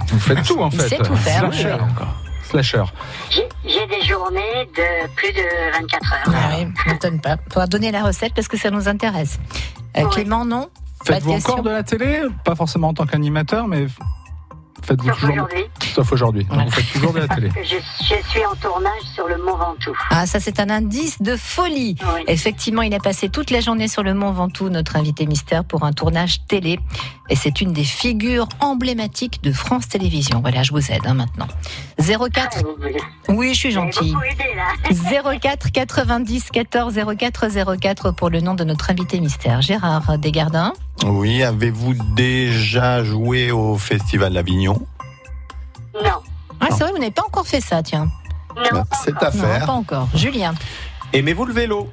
Speaker 6: vous faites tout en
Speaker 3: Ah, Il
Speaker 6: fait.
Speaker 3: sait tout faire, oui.
Speaker 6: Slasher encore. Slasher.
Speaker 2: J'ai- J'ai des journées de plus de 24 heures.
Speaker 3: Ah oui, je m'étonne pas. Faudra donner la recette parce que ça nous intéresse. Euh, Clément, non Pas de
Speaker 6: Ah Faites-vous
Speaker 3: question.
Speaker 6: encore de la télé Pas forcément en tant qu'animateur, mais f- faites-vous
Speaker 2: Sauf
Speaker 6: toujours.
Speaker 2: aujourd'hui.
Speaker 6: Sauf aujourd'hui. Donc, Vous faites toujours de la télé.
Speaker 2: Je, je suis en tournage sur le Mont Ventoux.
Speaker 3: Ah, ça, c'est un indice de folie. Effectivement, il a passé toute la journée sur le Mont Ventoux, notre invité mystère, pour un tournage télé. Et c'est une des figures emblématiques de France Télévisions. Voilà, je vous aide hein, maintenant. 04.
Speaker 2: Ah,
Speaker 3: Oui, je suis gentille. 04 90 14 04 04 pour le nom de notre invité mystère, Gérard Desgardins.
Speaker 4: Oui, avez-vous déjà joué au Festival d'Avignon
Speaker 3: Ah, c'est vrai, vous n'avez pas encore fait ça, tiens.
Speaker 4: Ben, C'est à
Speaker 3: Non,
Speaker 4: faire.
Speaker 3: pas encore. Julien.
Speaker 5: Aimez-vous le vélo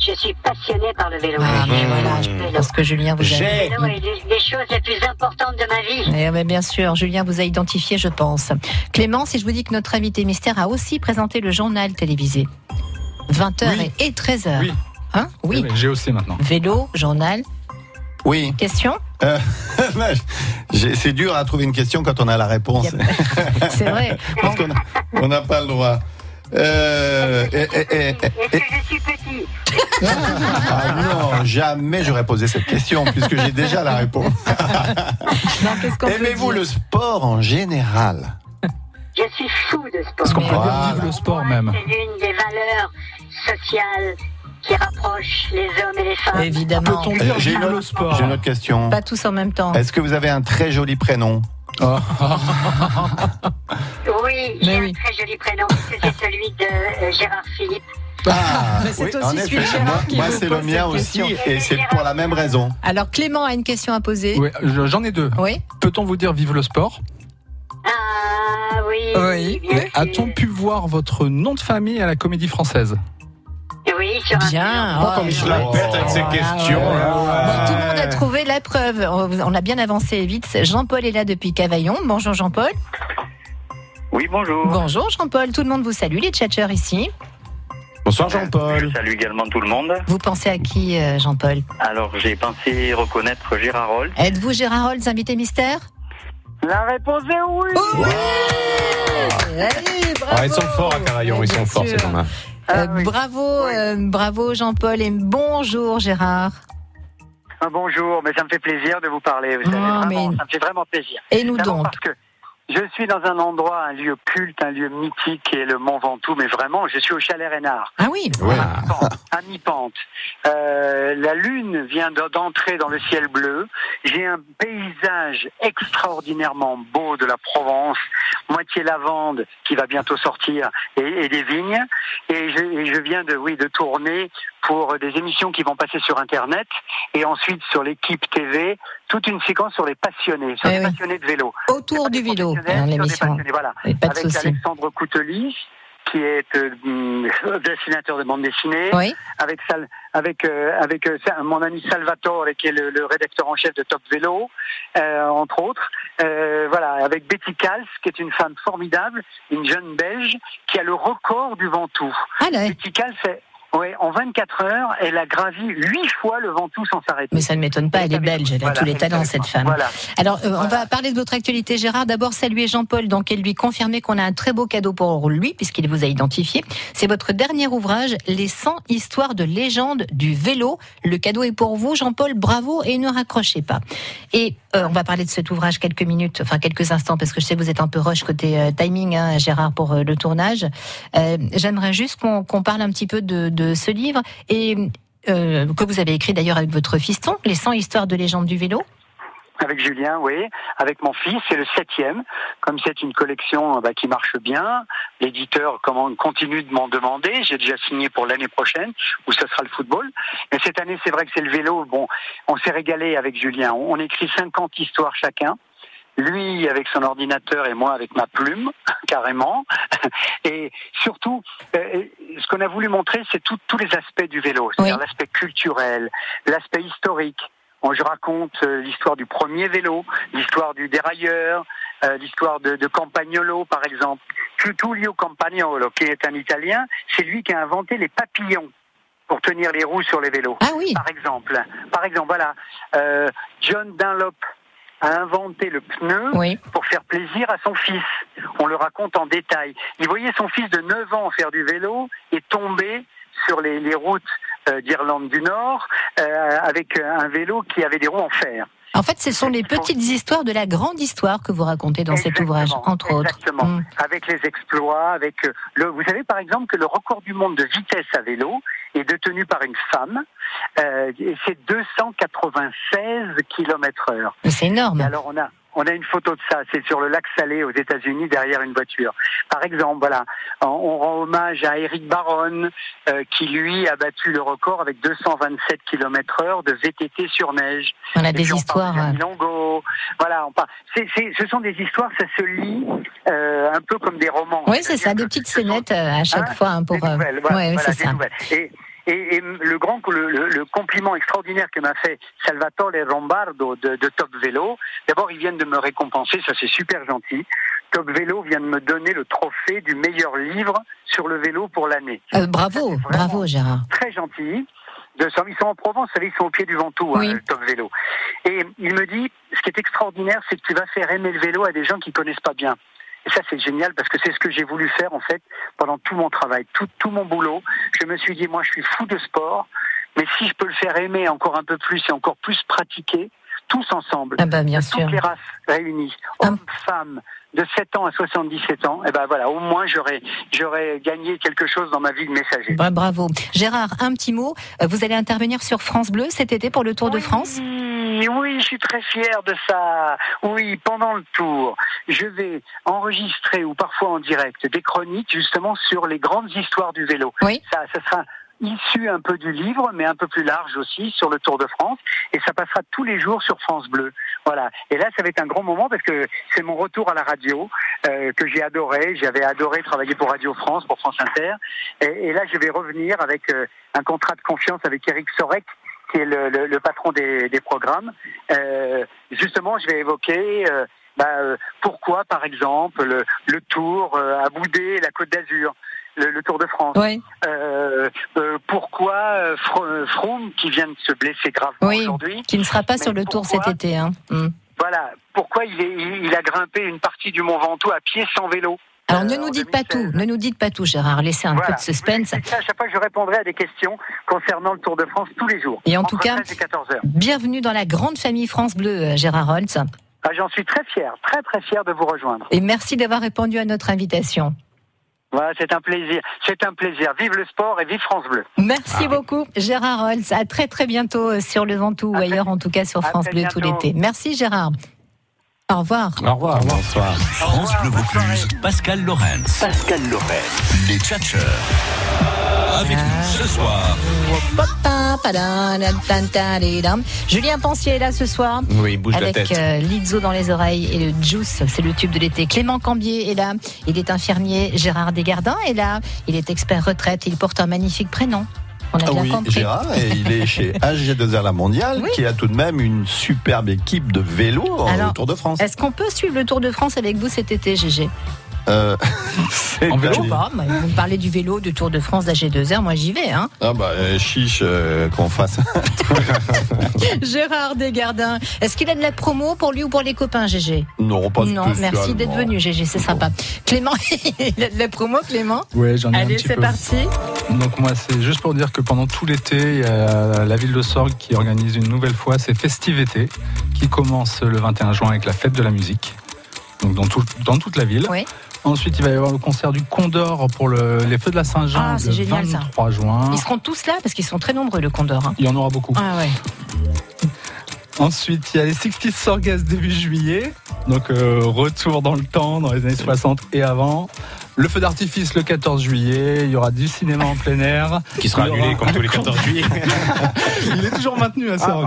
Speaker 2: Je suis passionnée par le vélo.
Speaker 3: Ah, mais voilà, je pense que Julien vous a.
Speaker 2: Le vélo est l'une des choses les plus importantes de ma vie.
Speaker 3: Eh ben, bien sûr, Julien vous a identifié, je pense. Clément, si je vous dis que notre invité mystère a aussi présenté le journal télévisé, 20h
Speaker 6: Oui.
Speaker 3: et 13h.
Speaker 6: Oui.
Speaker 3: Hein oui.
Speaker 6: J'ai aussi maintenant.
Speaker 3: Vélo, journal.
Speaker 4: Oui.
Speaker 3: Question
Speaker 4: Euh, j'ai- c'est dur à trouver une question quand on a la réponse.
Speaker 3: C'est vrai.
Speaker 4: Parce qu'on a- on n'a pas le droit. Euh, eh, eh, eh, eh, eh.
Speaker 2: Je suis petit.
Speaker 4: Ah non, jamais j'aurais posé cette question puisque j'ai déjà la réponse. Aimez-vous le sport en général
Speaker 2: Je suis fou de sport.
Speaker 6: Parce qu'on peut
Speaker 4: Voilà.
Speaker 6: dire vive le sport même.
Speaker 2: C'est l'une des valeurs sociales qui rapproche les hommes et les femmes.
Speaker 3: Évidemment.
Speaker 6: Peut-on dire
Speaker 4: Eh, J'ai
Speaker 6: vive
Speaker 4: une
Speaker 6: le
Speaker 4: autre,
Speaker 6: sport
Speaker 4: j'ai une autre question.
Speaker 3: Pas tous en même temps.
Speaker 4: Est-ce que vous avez un très joli prénom
Speaker 6: Oh.
Speaker 2: Oui, j'ai un très joli prénom, puisque c'est celui de euh, Gérard Philippe.
Speaker 4: Ah,
Speaker 3: Mais c'est
Speaker 4: oui,
Speaker 3: aussi
Speaker 4: en effet.
Speaker 3: celui de Gérard
Speaker 4: Moi,
Speaker 3: qui
Speaker 4: moi,
Speaker 3: vous
Speaker 4: c'est le
Speaker 3: pose
Speaker 4: mien
Speaker 3: cette
Speaker 4: aussi,
Speaker 3: question.
Speaker 4: et c'est pour la même raison.
Speaker 3: Alors, Clément a une question à poser.
Speaker 6: Oui, je- j'en ai deux.
Speaker 3: Oui.
Speaker 6: Peut-on vous dire vive le sport
Speaker 2: Ah oui. bien
Speaker 6: Et a-t-on pu voir votre nom de famille à la comédie française
Speaker 2: sûr. Oui, sur un
Speaker 3: Bien.
Speaker 2: prénom.
Speaker 3: Oh,
Speaker 5: Comme je la pète avec ces questions. hein.
Speaker 3: Bon, tout le monde a
Speaker 5: là.
Speaker 3: trouvé la preuve. On a bien avancé vite. Jean-Paul est là depuis Cavaillon. Bonjour Jean-Paul.
Speaker 17: Oui, bonjour.
Speaker 3: Bonjour Jean-Paul. Tout le monde vous salue, les tchatcheurs ici.
Speaker 5: Bonsoir Jean-Paul.
Speaker 17: Je salue Euh, également tout le monde.
Speaker 3: Vous pensez à qui, euh, Jean-Paul
Speaker 17: Alors, j'ai pensé reconnaître Gérard Holt.
Speaker 3: Êtes-vous Gérard Holtz, invité mystère
Speaker 17: La réponse est oui.
Speaker 3: Allez, bravo.
Speaker 5: Ah, ils sont forts à Carayon,
Speaker 3: Ouais,
Speaker 5: ils sont
Speaker 3: bien
Speaker 5: forts
Speaker 3: sûr.
Speaker 5: ces gens-là.
Speaker 3: Euh,
Speaker 17: Ah
Speaker 3: Bravo, euh, bravo Jean-Paul et bonjour Gérard.
Speaker 17: Ah, bonjour, mais ça me fait plaisir de vous parler. Vous savez,
Speaker 3: Ah,
Speaker 17: vraiment,
Speaker 3: mais-
Speaker 17: ça me fait vraiment plaisir.
Speaker 3: Et nous
Speaker 17: D'abord
Speaker 3: donc
Speaker 17: Parce que je suis dans un endroit, un lieu culte, un lieu mythique, qui est le Mont Ventoux, mais vraiment, je suis au Chalet Rénard.
Speaker 3: Ah oui,
Speaker 17: À mi-pente, à mi-pente. Euh, la lune vient d'en- d'entrer dans le ciel bleu. J'ai un paysage extraordinairement beau de la Provence, moitié lavande qui va bientôt sortir et, et des vignes. Et je, et je viens de, oui, de tourner pour des émissions qui vont passer sur Internet et ensuite sur l'équipe TV, toute une séquence sur les passionnés, sur
Speaker 3: Eh
Speaker 17: les
Speaker 3: oui.
Speaker 17: passionnés de vélo.
Speaker 3: autour du vélo,
Speaker 17: Sur
Speaker 3: hein,
Speaker 17: des
Speaker 3: l'émission.
Speaker 17: passionnés, voilà.
Speaker 3: Et pas de
Speaker 17: Avec
Speaker 3: souci.
Speaker 17: Alexandre Coutelis, qui est euh, hum, dessinateur de bande dessinée, avec, Sal- avec, euh, avec euh, Sa- mon ami Salvatore, qui est le, le rédacteur en chef de Top Vélo, euh, entre autres. Euh, voilà, avec Betty Kals, qui est une femme formidable, une jeune Belge, qui a le record du Ventoux. Betty Kals, elle- ouais, en 24 heures, elle a gravi 8 fois le Ventoux sans s'arrêter.
Speaker 3: Mais ça ne m'étonne pas, elle est belge, elle a tous les talents, cette femme. Alors, euh, on va parler de votre actualité, Gérard. D'abord, saluer Jean-Paul, donc, et lui confirmer qu'on a un très beau cadeau pour lui, puisqu'il vous a identifié. C'est votre dernier ouvrage, Les 100 histoires de légende du vélo. Le cadeau est pour vous, Jean-Paul, bravo, et ne raccrochez pas. Et euh, on va parler de cet ouvrage quelques minutes, enfin, quelques instants, parce que je sais que vous êtes un peu rush côté euh, timing, hein, Gérard, pour euh, le tournage. Euh, J'aimerais juste qu'on qu'on parle un petit peu de, de ce livre, et euh, que vous avez écrit d'ailleurs avec votre fiston, Les 100 histoires de légende du vélo.
Speaker 17: Avec Julien, oui. Avec mon fils, c'est le septième. Comme c'est une collection euh, bah, qui marche bien, l'éditeur comment- continue de m'en demander. J'ai déjà signé pour l'année prochaine, où ce sera le football. Mais cette année, c'est vrai que c'est le vélo. Bon, on s'est régalé avec Julien. On, on écrit 50 histoires chacun. Lui avec son ordinateur et moi avec ma plume, carrément. Et surtout, euh, ce qu'on a voulu montrer, c'est tout- tous les aspects du vélo, c'est-à-dire l'aspect culturel, l'aspect historique. Bon, je raconte euh, l'histoire du premier vélo, l'histoire du dérailleur, euh, l'histoire de, de Campagnolo, par exemple. Tutulio Campagnolo, qui est un Italien, c'est lui qui a inventé les papillons pour tenir les roues sur les vélos. Par exemple, par exemple, voilà, euh, John Dunlop a inventé le pneu pour faire plaisir à son fils. On le raconte en détail. Il voyait son fils de 9 ans faire du vélo et tomber sur les, les routes euh, d'Irlande du Nord euh, avec un vélo qui avait des roues en fer.
Speaker 3: En fait, ce sont les petites histoires de la grande histoire que vous racontez dans cet ouvrage, entre autres.
Speaker 17: Exactement. Avec les exploits, avec euh, le. Vous savez par exemple que le record du monde de vitesse à vélo est détenu par une femme euh, et c'est 296 km heure.
Speaker 3: C'est énorme.
Speaker 17: alors on a. On a une photo de ça, c'est sur le lac Salé aux États-Unis derrière une voiture. Par exemple, voilà, on- on rend hommage à Eric Baron euh, qui lui a battu le record avec 227 km/h de VTT sur neige.
Speaker 3: On a
Speaker 17: Et
Speaker 3: des
Speaker 17: puis, parle de
Speaker 3: histoires, euh.
Speaker 17: Camille Longo. Voilà, on parle. c'est- c'est- ce sont des histoires, ça se lit euh, un peu comme des romans.
Speaker 3: Oui, c'est ça, des petites scénettes euh, à chaque fois hein, pour. euh,
Speaker 17: Nouvelles, voilà,
Speaker 3: ouais,
Speaker 17: voilà,
Speaker 3: c'est
Speaker 17: des
Speaker 3: ça.
Speaker 17: nouvelles. Et, et- et le grand le, le- le compliment extraordinaire que m'a fait Salvatore Rombardo de, de Top Vélo. D'abord, ils viennent de me récompenser, ça c'est super gentil. Top Vélo vient de me donner le trophée du meilleur livre sur le vélo pour l'année.
Speaker 3: Euh, bravo, bravo, Gérard.
Speaker 17: Très gentil. De Somme. ils sont en Provence, vous savez, ils sont au pied du Ventoux, hein, le Top Vélo. Et il me dit, ce qui est extraordinaire, c'est que tu vas faire aimer le vélo à des gens qui connaissent pas bien. Et ça, c'est génial parce que c'est ce que j'ai voulu faire, en fait, pendant tout mon travail, tout, tout mon boulot. Je me suis dit, moi, je suis fou de sport, mais si je peux le faire aimer encore un peu plus et encore plus pratiquer, tous ensemble,
Speaker 3: Ah bah, bien
Speaker 17: de
Speaker 3: sûr. Ah.
Speaker 17: toutes les races réunies, hommes, femmes, de 7 ans à 77 ans, et ben voilà, au moins j'aurais, j'aurais gagné quelque chose dans ma vie de messager.
Speaker 3: Bah, bravo. Gérard, un petit mot. Euh, Vous allez intervenir sur France Bleu cet été pour le Tour de France
Speaker 17: Oui, oui, je suis très fier de ça. Oui, pendant le tour, je vais enregistrer ou parfois en direct des chroniques justement sur les grandes histoires du vélo. Ça, ça sera issu un peu du livre, mais un peu plus large aussi sur le Tour de France, et ça passera tous les jours sur France Bleu. Voilà. Et là, ça va être un grand moment parce que c'est mon retour à la radio euh, que j'ai adoré. J'avais adoré travailler pour Radio France, pour France Inter, et, et là, je vais revenir avec euh, un contrat de confiance avec Eric Sorek qui est le, le- le patron des, des programmes. Euh, justement, je vais évoquer euh, bah, euh, pourquoi, par exemple, le, le Tour euh, a boudé la Côte d'Azur. Le, le Tour de France. Euh, euh, pourquoi euh, Fro- euh, Froome, qui vient de se blesser gravement
Speaker 3: Oui,
Speaker 17: aujourd'hui,
Speaker 3: qui ne sera pas
Speaker 17: mais
Speaker 3: sur le Tour
Speaker 17: pourquoi
Speaker 3: cet été. hein. Mm.
Speaker 17: Voilà, pourquoi il, est- il- il a grimpé une partie du Mont Ventoux à pied sans vélo
Speaker 3: Alors,
Speaker 17: Euh,
Speaker 3: ne nous dites pas tout, ne nous dites pas tout, Gérard. Laissez un peu de suspense.
Speaker 17: Ça, à chaque fois, je répondrai à des questions concernant le Tour de France tous les jours.
Speaker 3: Et en
Speaker 17: entre
Speaker 3: tout cas,
Speaker 17: 13 et 14 heures.
Speaker 3: Bienvenue dans la grande famille France Bleu, euh, Gérard Holtz.
Speaker 17: Ah, J'en suis très fier, très très fier de vous rejoindre.
Speaker 3: Et merci d'avoir répondu à notre invitation.
Speaker 17: Voilà, c'est un plaisir. C'est un plaisir. Vive le sport et vive France Bleu.
Speaker 4: Ah,
Speaker 3: Merci beaucoup, Gérard Holtz. À très très bientôt euh, sur le Ventoux ou ailleurs, en tout cas sur France
Speaker 17: très
Speaker 3: Bleu tout
Speaker 17: bientôt.
Speaker 3: l'été. Merci, Gérard. Au revoir.
Speaker 5: Au revoir. Bonsoir.
Speaker 1: France Bleu Vaucluse, Pascal Lorenz. Pascal Lorenz. Les Tchatcheurs. Avec nous ce soir,
Speaker 3: Julien Pensier est là ce soir.
Speaker 5: Oui, bouge la
Speaker 3: avec
Speaker 5: tête.
Speaker 3: euh, l'Izzo dans les oreilles et le Juice, c'est le tube de l'été. Clément Cambier est là. Il est infirmier. Gérard Desgardins est là. Il est expert retraite. Il porte un magnifique prénom. On a
Speaker 4: Ah
Speaker 3: bien
Speaker 4: oui,
Speaker 3: compris.
Speaker 4: Gérard, et il est chez AG2R La Mondiale, qui a tout de même une superbe équipe de vélo en-
Speaker 3: Alors,
Speaker 4: euh, au Tour de France.
Speaker 3: Est-ce qu'on peut suivre le Tour de France avec vous cet été, GG
Speaker 4: Euh, c'est
Speaker 3: En vélo
Speaker 4: allé.
Speaker 3: pas, mais Vous me parlez du vélo, du Tour de France d'AG2R, moi j'y vais. Hein.
Speaker 4: Ah bah euh, chiche euh, qu'on fasse.
Speaker 3: Gérard Desgardins, est-ce qu'il a de la promo pour lui ou pour les copains, GG
Speaker 4: non, pas
Speaker 3: Non, merci d'être venu, GG, c'est sympa. Clément, il a de la promo, Clément
Speaker 6: Ouais, j'en ai un
Speaker 3: Allez,
Speaker 6: petit
Speaker 3: c'est
Speaker 6: peu.
Speaker 3: parti.
Speaker 6: Donc moi, c'est juste pour dire que pendant tout l'été, il y a la ville de Sorgue qui organise une nouvelle fois ses festivités, qui commence le 21 juin avec la fête de la musique, donc dans, tout- dans toute la ville. Ensuite, il va y avoir le concert du Condor pour le- les Feux de la Saint-Jean
Speaker 3: Ah, c'est
Speaker 6: le
Speaker 3: génial, ça.
Speaker 6: 23 juin.
Speaker 3: Ils seront tous là parce qu'ils sont très nombreux, le Condor. hein.
Speaker 6: Il y en aura beaucoup.
Speaker 3: Ah ouais.
Speaker 6: Ensuite, il y a les 60 Sorgas début juillet. Donc, euh, retour dans le temps, dans les années 60 et avant. Le feu d'artifice le 14 juillet. Il y aura du cinéma en plein air.
Speaker 5: Qui sera
Speaker 6: Il y aura-
Speaker 5: annulé comme tous les 14 juillet. Ah,
Speaker 6: il est toujours maintenu à ça.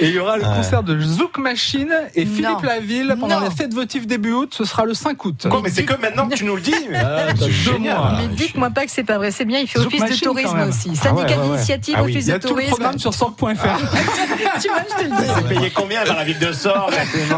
Speaker 6: Et il y aura le
Speaker 5: Ouais.
Speaker 6: concert de Zouk Machine et
Speaker 5: Non.
Speaker 6: Philippe Laville pendant
Speaker 5: Non.
Speaker 6: la fête votive début août. Ce sera le 5 août. Ah,
Speaker 5: Quoi, mais c'est que maintenant que tu nous le dis mais, euh,
Speaker 6: C'est
Speaker 5: t'as deux
Speaker 6: génial.
Speaker 5: mois.
Speaker 3: Mais dites-moi pas que c'est pas vrai, c'est bien, il fait
Speaker 6: Zouk
Speaker 3: office
Speaker 6: Machine,
Speaker 3: de tourisme
Speaker 6: quand même.
Speaker 3: aussi.
Speaker 6: Ah ouais,
Speaker 3: Syndicat
Speaker 6: ouais, ouais.
Speaker 3: d'initiative,
Speaker 6: Ah oui.
Speaker 3: office
Speaker 6: Il y a
Speaker 3: de
Speaker 6: tout le
Speaker 3: tourisme. Ah.
Speaker 6: programme sur sorgue.fr.
Speaker 3: tu vois, je te le dis.
Speaker 5: Vous payez combien par la ville de Sorgue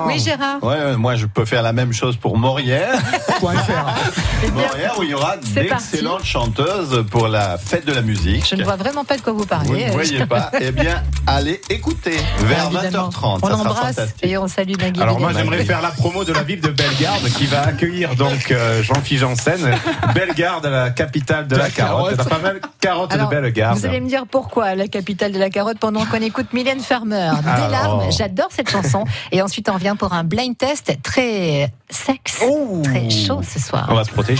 Speaker 3: Oui, Gérard.
Speaker 4: Ouais, ouais, moi je peux faire la même chose pour Morière.
Speaker 3: Eh
Speaker 6: eh
Speaker 4: Morière où il y aura
Speaker 3: c'est parti.
Speaker 4: d'excellentes chanteuses pour la fête de la musique.
Speaker 3: Je ne vois vraiment pas de quoi vous
Speaker 4: Vous
Speaker 3: parlez.
Speaker 4: ne voyez pas Eh bien, allez écouter vers
Speaker 3: Évidemment.
Speaker 4: 20h30.
Speaker 3: On
Speaker 4: ça sera
Speaker 3: embrasse
Speaker 4: fantastique.
Speaker 3: et on salue Nagui.
Speaker 5: Alors moi
Speaker 3: évidemment.
Speaker 5: j'aimerais faire la promo de la ville de Bellegarde qui va accueillir donc euh, Jean-Philippe Janssen. Bellegarde, la capitale de la carotte. T'as pas mal carotte
Speaker 3: Alors,
Speaker 5: de Bellegarde.
Speaker 3: Vous allez me dire pourquoi la capitale de la carotte pendant qu'on écoute Mylène Farmer. Des
Speaker 5: Alors.
Speaker 3: larmes, j'adore cette chanson. Et ensuite on revient pour un blind test très sexe, très chaud ce soir.
Speaker 5: On va se protéger.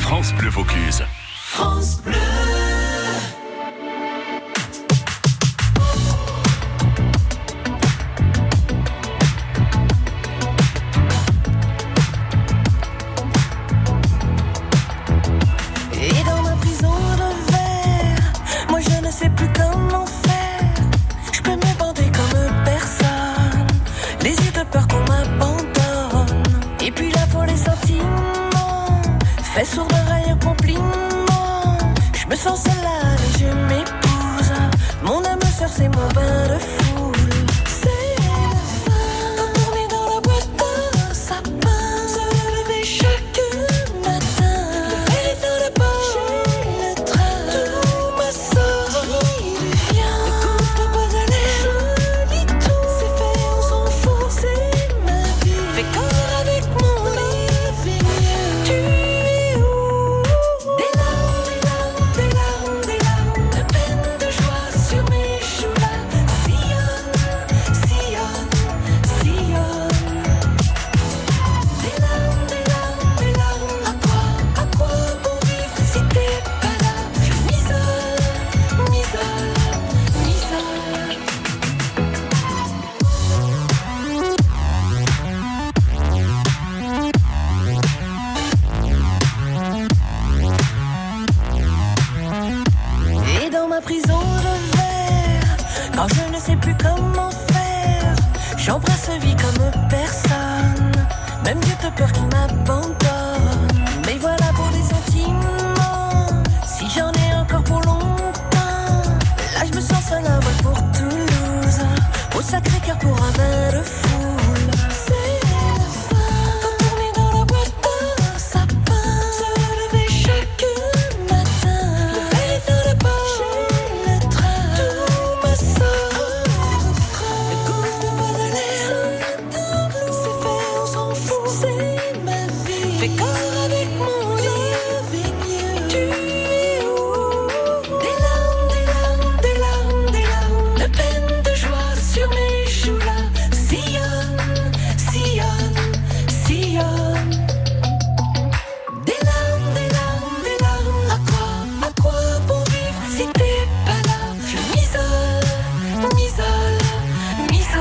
Speaker 14: France Bleu Vaucluse.
Speaker 12: France Bleu.
Speaker 15: Et dans ma prison de verre, moi je ne sais plus comment faire. Je peux m'ébander comme personne. Les yeux de peur qu'on m'abandonne. Et puis là pour les sentiments, fais sourd oreille aux compliments. Je me sens seule là et je m'épouse. Mon âme sœur, c'est mon bain de foule. C'est la fin, endormie dans la boîte d'un sapin. Se lever chaque matin. Le verre est dans la poche, j'ai le train. Tout ma sortie devient. Le gouffre de Baudelaire, joli tout. C'est fait, on s'en fout, c'est ma vie. Fais corps avec mon livre. Tu es où Des larmes, des larmes, des larmes, des larmes. De peine, de joie sur mes joues là. Sillonne, sillonne, sillonne. Des larmes, des larmes, des larmes. À quoi, à quoi bon vivre si t'es pas là Je m'isole, m'isole, m'isole. Et dans ma prison de verre, quand je ne sais plus comment faire, j'embrasse vie comme personne, même Dieu de peur qui m'abandonne. Mais voilà pour les sentiments, si j'en ai encore pour longtemps, là je me sens seul à vol pour Toulouse, au Sacré-Cœur pour un bain de foule. C'est la fin, endormie dans la boîte d'un sapin, se lever chaque matin, le verre est dans la poche, j'ai le train, tout me sort, le gouffre de Baudelaire, c'est fait, on s'en fout, c'est ma vie, fais corps avec mon livre, tu es où Des larmes, des larmes, des larmes, des larmes, de peine, de joie sur mes joues là, sillonne, sillonne, sillonne. Des larmes, des larmes, des larmes. À quoi, à quoi bon vivre si t'es pas là Je m'isole, m'isole, m'isole.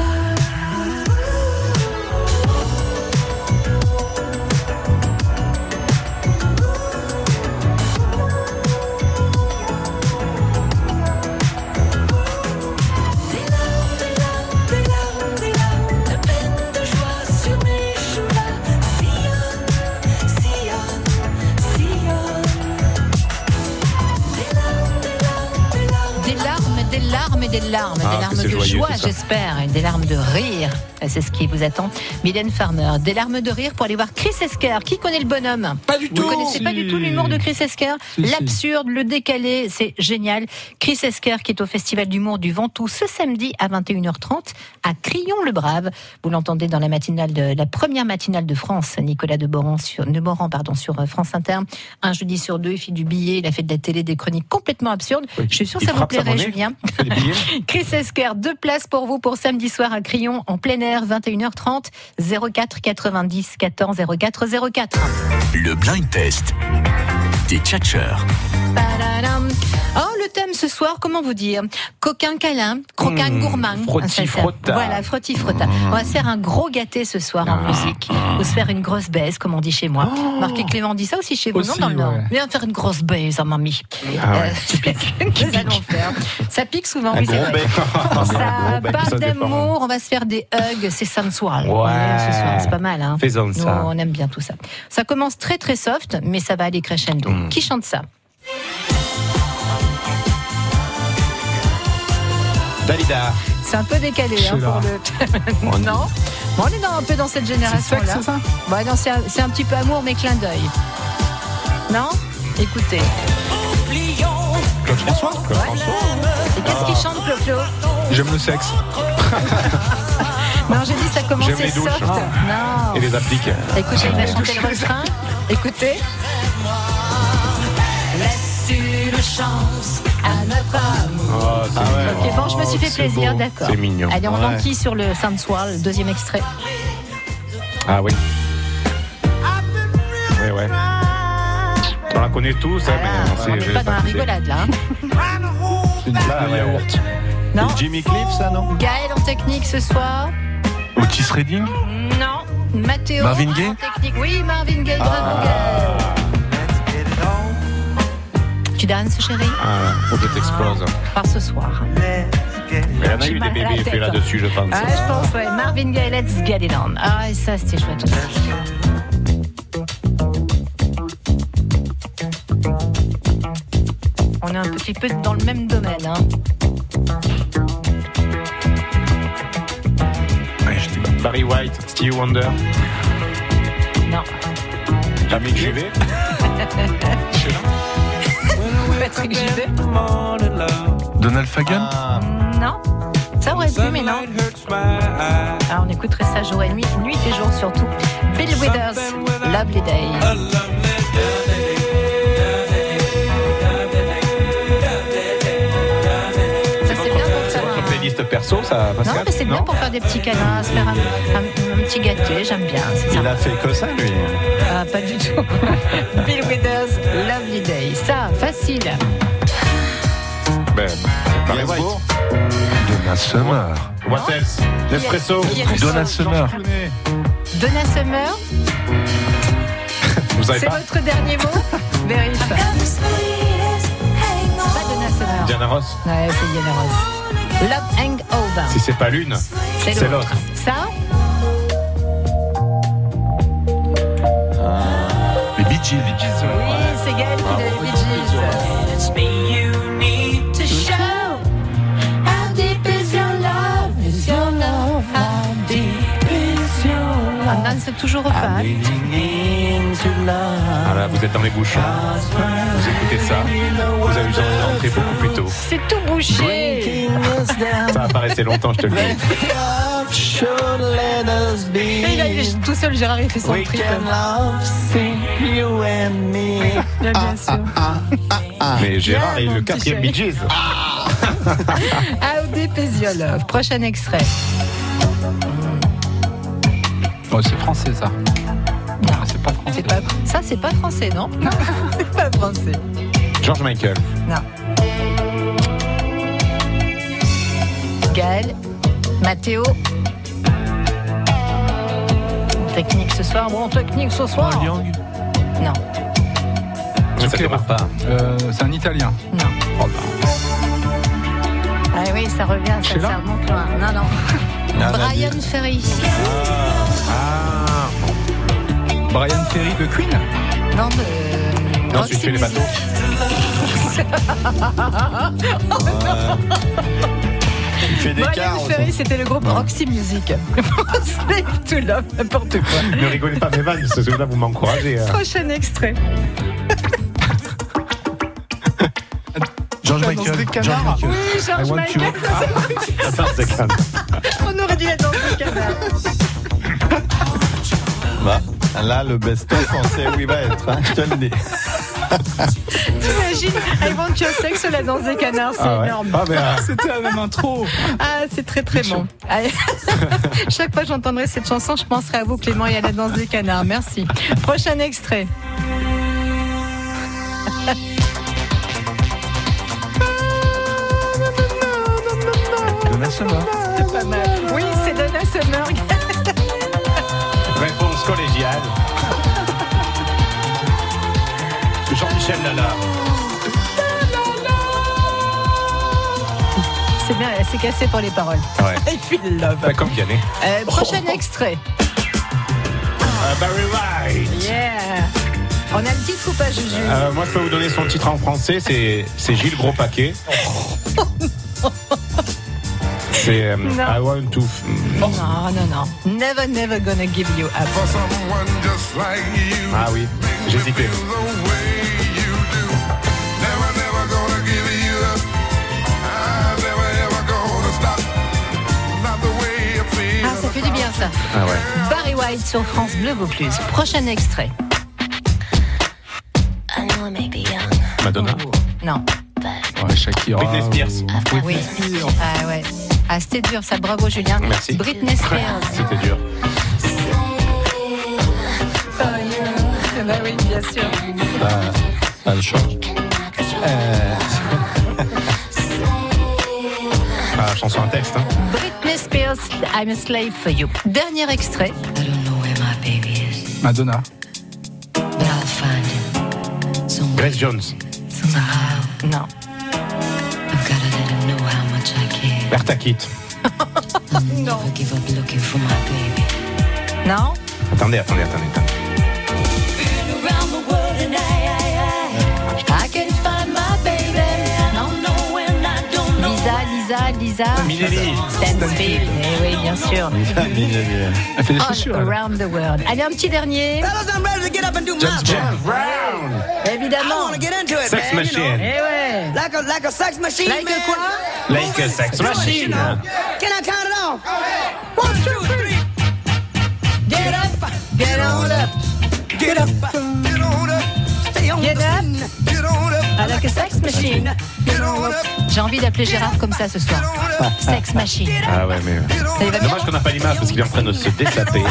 Speaker 3: des larmes,
Speaker 5: Ah,
Speaker 3: des
Speaker 5: que
Speaker 3: larmes
Speaker 5: c'est
Speaker 3: de
Speaker 5: joyeux,
Speaker 3: joie,
Speaker 5: tout ça.
Speaker 3: j'espère, et des larmes de rire. C'est ce qui vous attend. Mylène Farmer, des larmes de rire pour aller voir Chris Esquer. Qui connaît le bonhomme Pas du
Speaker 7: tout.
Speaker 3: Vous connaissez pas
Speaker 7: Si.
Speaker 3: du tout l'humour de Chris Esquer
Speaker 7: Si, si.
Speaker 3: L'absurde, le décalé, c'est génial. Chris Esquer qui est au Festival d'humour du Ventoux ce samedi à 21h30 à Crillon-le-Brave. Vous l'entendez dans la matinale de la première matinale de France, Nicolas de Boran sur de Moran, pardon sur euh, France Inter. Un jeudi sur deux, il fait du billet, il a fait de la télé, des chroniques complètement absurdes. Je suis sûr que
Speaker 7: Il
Speaker 3: ça vous
Speaker 7: frappe sa
Speaker 3: plairait,
Speaker 7: monnaie.
Speaker 3: Julien. Chris Esquer, deux places pour vous pour samedi soir à Crillon en plein air, 21h30, 04 90 14 04 04.
Speaker 1: Le blind test des tchatcheurs.
Speaker 3: Pararam. Oh, le thème ce soir, comment vous dire Coquin câlin, croquin
Speaker 1: Mmh,
Speaker 3: gourmand.
Speaker 1: frotti
Speaker 3: Ah, ça, ça.
Speaker 1: frotta.
Speaker 3: Voilà, frotti frotta.
Speaker 7: Mmh.
Speaker 3: On va se faire un gros gâté ce soir
Speaker 7: Ah.
Speaker 3: en musique. On va se faire une grosse baise, comme on dit chez moi. Marqué Clément dit ça aussi chez vous, non
Speaker 7: Oh. Aussi,
Speaker 3: Dans le Nord.
Speaker 7: ouais.
Speaker 3: Viens faire une grosse baise, à mamie.
Speaker 7: Ah
Speaker 3: Euh,
Speaker 7: ouais,
Speaker 3: Nous allons faire. Ça pique souvent,
Speaker 7: Un
Speaker 3: oui, c'est
Speaker 7: gros
Speaker 3: vrai.
Speaker 7: bec.
Speaker 3: Ça
Speaker 5: Un gros bec,
Speaker 3: parle
Speaker 5: Bah, ça dépend.
Speaker 3: d'amour, on va se faire des hugs, c'est sensual.
Speaker 5: Ouais.
Speaker 3: ce soir, c'est pas mal. Hein.
Speaker 5: Faisons
Speaker 3: Nous,
Speaker 5: ça.
Speaker 3: On aime bien tout ça. Ça commence très très soft, mais ça va aller crescendo.
Speaker 5: Hmm.
Speaker 3: Qui chante ça
Speaker 5: Dalida.
Speaker 3: C'est un peu décalé hein,
Speaker 5: Sheila.
Speaker 3: pour le. non Bon, On est dans- un peu dans cette génération-là.
Speaker 5: sexe, ça
Speaker 3: Bah, non, c'est un, c'est un petit peu amour, mais clin d'œil. Non Écoutez.
Speaker 5: Claude François Claude François Ah.
Speaker 3: Et qu'est-ce qu'il chante, Clo-Clo
Speaker 5: J'aime le sexe.
Speaker 3: Non, j'ai dit ça
Speaker 5: J'aime
Speaker 3: commençait
Speaker 5: les douches. hein.
Speaker 3: soft. Non.
Speaker 5: Et les appliques.
Speaker 3: Ah. Écoutez, il va chanter le refrain. Écoutez. Laisse une chance à notre amour.
Speaker 5: Ah, c'est mignon.
Speaker 3: Ok, bon, je me suis fait
Speaker 5: Oh, C'est
Speaker 3: plaisir,
Speaker 5: beau.
Speaker 3: d'accord.
Speaker 5: C'est mignon.
Speaker 3: Allez, on
Speaker 5: Ouais.
Speaker 3: enquille sur le Soundswirl, le deuxième extrait.
Speaker 5: Ah oui. Ouais, ouais. On la connaît tous, hein, mais on
Speaker 3: Ah, On
Speaker 5: sait.
Speaker 3: n'est
Speaker 5: je
Speaker 3: pas
Speaker 5: vais
Speaker 3: dans la
Speaker 5: pas dire.
Speaker 3: rigolade, là. hein.
Speaker 5: Une blague de yaourt.
Speaker 3: Non.
Speaker 5: Jimmy Cliff, ça, non
Speaker 3: Gaël en technique ce soir.
Speaker 18: Otis Redding
Speaker 3: Non. Mathéo.
Speaker 18: Marvin Gaye
Speaker 3: en technique. Oui, Marvin Gaye, bravo
Speaker 5: Ah.
Speaker 3: Gaël. Tu danses, chérie
Speaker 5: Ah, faut que t'explose.
Speaker 3: Par ce soir.
Speaker 5: Mais il y en a eu des
Speaker 3: mal à la
Speaker 5: bébés faits
Speaker 3: tête.
Speaker 5: là-dessus, je pense.
Speaker 3: Ah, je pense, ouais. Marvin Gaye, let's get it on. Ah, et ça, c'était chouette aussi. On est un petit peu dans le même domaine. Hein.
Speaker 5: Ouais, je dis pas. Barry White, Stevie Wonder.
Speaker 3: Non.
Speaker 5: Jamais Juvet.
Speaker 3: Patrick Juvet
Speaker 18: Donald Fagan
Speaker 3: Non. Ça aurait pu, mais non. Ah, on écouterait ça jour et nuit, nuit et jour surtout. Bill Withers, Lovely Day. Ça, c'est bien pour ça.
Speaker 5: Votre playlist perso, ça,
Speaker 3: Non,
Speaker 5: Pascal
Speaker 3: mais c'est bien pour faire des petits câlins, se faire un, un- un petit gâté, j'aime bien. c'est
Speaker 4: Il
Speaker 3: sympa.
Speaker 4: a fait que ça, lui. hein.
Speaker 3: Ah, pas du tout. Bill Withers, Lovely Day. Ça, facile.
Speaker 18: Ben,
Speaker 4: Barry White.
Speaker 18: Donna Summer.
Speaker 5: What else L'espresso.
Speaker 3: Qui est- qui est-
Speaker 18: Donna Summer.
Speaker 3: Donna Summer,
Speaker 5: Vous savez
Speaker 3: c'est
Speaker 5: pas
Speaker 3: votre dernier mot Vérifie. Pas Donna Summer.
Speaker 5: Diana Ross
Speaker 3: Ouais, c'est Diana Ross. Love Hangover.
Speaker 5: Si c'est pas l'une, c'est l'autre.
Speaker 3: Ça
Speaker 18: Les Bee Gees.
Speaker 3: Oui, c'est Gaël qui l'a les Bee Gees. On danse toujours au pas.
Speaker 5: Ah là, vous êtes dans les bouchons. Vous écoutez ça. Vous avez eu besoin d'entrer beaucoup plus tôt.
Speaker 3: C'est tout bouché.
Speaker 5: Ça apparaissait longtemps, je te le dis.
Speaker 3: Et il a- tout seul, Gérard, il fait son trip. Là, bien sûr.
Speaker 5: Mais Gérard est
Speaker 3: mon
Speaker 5: le
Speaker 3: petit
Speaker 5: quatrième Bee
Speaker 3: chéri.
Speaker 5: Gees.
Speaker 3: Audé Péziolov. Prochain extrait.
Speaker 6: Oh, c'est français, ça. Ah, c'est pas français.
Speaker 3: C'est pas- Ça, c'est pas français, non Non, c'est pas français.
Speaker 5: George Michael.
Speaker 3: Non. Gaël, Mathéo. Technique ce soir, bon technique ce soir. Non.
Speaker 5: Ça démarre pas.
Speaker 6: Euh, c'est un italien.
Speaker 3: Non.
Speaker 5: Oh, bah.
Speaker 3: Ah oui, ça revient, ça,
Speaker 6: Sheila
Speaker 3: ça remonte loin. Non, non. Brian Ferry.
Speaker 5: Ah.
Speaker 6: Brian Ferry de Queen.
Speaker 3: Non, euh, de.
Speaker 5: Non, si je fais les bateaux.
Speaker 3: Music. Oh, non.
Speaker 4: Il fait des quarts.
Speaker 3: Marianne Ferry, c'était le groupe Roxy Music. Slave to Love, n'importe quoi.
Speaker 5: Ne rigolez pas mes vannes, parce que ceux-là, vous m'encouragez. euh.
Speaker 3: Prochain extrait.
Speaker 18: George Michael. George Michael.
Speaker 3: Oui,
Speaker 5: Ah,
Speaker 18: I
Speaker 3: George
Speaker 18: want you.
Speaker 3: Michael.
Speaker 5: Attends, c'est calme.
Speaker 3: On aurait dû être dans le canard.
Speaker 4: Bah, là, le best-of, on sait où il va être. hein, je te le dis.
Speaker 3: T'imagines I want your sex sur la danse des canards, c'est
Speaker 4: Ah ouais.
Speaker 3: énorme.
Speaker 4: Ah, mais, ah.
Speaker 3: C'était la même intro. Ah, c'est très très bon. Allez. Chaque fois que j'entendrai cette chanson, je penserai à vous, Clément, et à la danse des canards. Merci. Prochain extrait.
Speaker 18: Donna Summer.
Speaker 3: C'est pas mal. Oui, c'est Donna Summer.
Speaker 5: Réponse collégiale. Jean-Michel Lala.
Speaker 3: C'est bien, elle s'est cassée pour les paroles.
Speaker 5: Ouais.
Speaker 3: Et puis le love.
Speaker 5: Pas comme Vianney.
Speaker 3: Euh, prochain
Speaker 4: Oh.
Speaker 3: extrait.
Speaker 5: Euh, Barry White.
Speaker 3: Yeah. On a une petite coupe à Juju.
Speaker 5: Euh, moi, je peux vous donner son titre en français, c'est c'est Gilles Gros Paquet. C'est euh,
Speaker 3: Non.
Speaker 5: I want to.
Speaker 3: Non, non, non. Never, never gonna give you up.
Speaker 5: Ah oui, j'hésitais.
Speaker 3: Ah, ça fait du bien ça.
Speaker 5: Ah ouais.
Speaker 3: Barry White sur France Bleu Vaucluse. Prochain extrait.
Speaker 5: Madonna.
Speaker 3: Non.
Speaker 6: Ouais, Shakira.
Speaker 5: Britney Spears.
Speaker 3: Oui. Ah ouais. Ah, c'était dur ça. Bravo Julien.
Speaker 5: Merci.
Speaker 3: Britney Spears.
Speaker 5: C'était dur.
Speaker 3: Bah Ah oui, bien sûr.
Speaker 4: Bah, ça le change. Euh,
Speaker 5: Ah, chanson à texte. Hein.
Speaker 3: Britney Spears, I'm a slave for you. Dernier extrait.
Speaker 6: Madonna.
Speaker 5: Grace Jones.
Speaker 3: Non.
Speaker 5: Bertha Kitt.
Speaker 3: non. Non.
Speaker 5: Attendez, attendez, attendez. attendez.
Speaker 3: I can find my baby. Non. Lisa, Lisa, Lisa.
Speaker 5: Minelli.
Speaker 3: Stansfield. Eh oui, bien sûr.
Speaker 6: Elle fait des
Speaker 3: All
Speaker 6: chaussures. elle.
Speaker 3: around the world. Allez, un petit dernier.
Speaker 5: James James Brown.
Speaker 3: Évidemment.
Speaker 5: Sex Machine.
Speaker 3: Eh ouais.
Speaker 15: Like a, like a sex machine,
Speaker 3: Like
Speaker 15: man.
Speaker 3: a quoi?
Speaker 5: Like a sex machine.
Speaker 15: Can I count it off? One, two, three. Get up, get on up, get up, get on up. Stay on
Speaker 3: Get
Speaker 15: the
Speaker 3: up.
Speaker 15: scene. Get on up,
Speaker 3: Ah, like a sex machine.
Speaker 15: get on up,
Speaker 3: J'ai envie d'appeler Gérard comme ça ce soir. Sex machine.
Speaker 5: Ah ouais, mais.
Speaker 3: Ça y va bien
Speaker 5: Dommage qu'on n'a pas l'image parce qu'il est en train de se dessaper.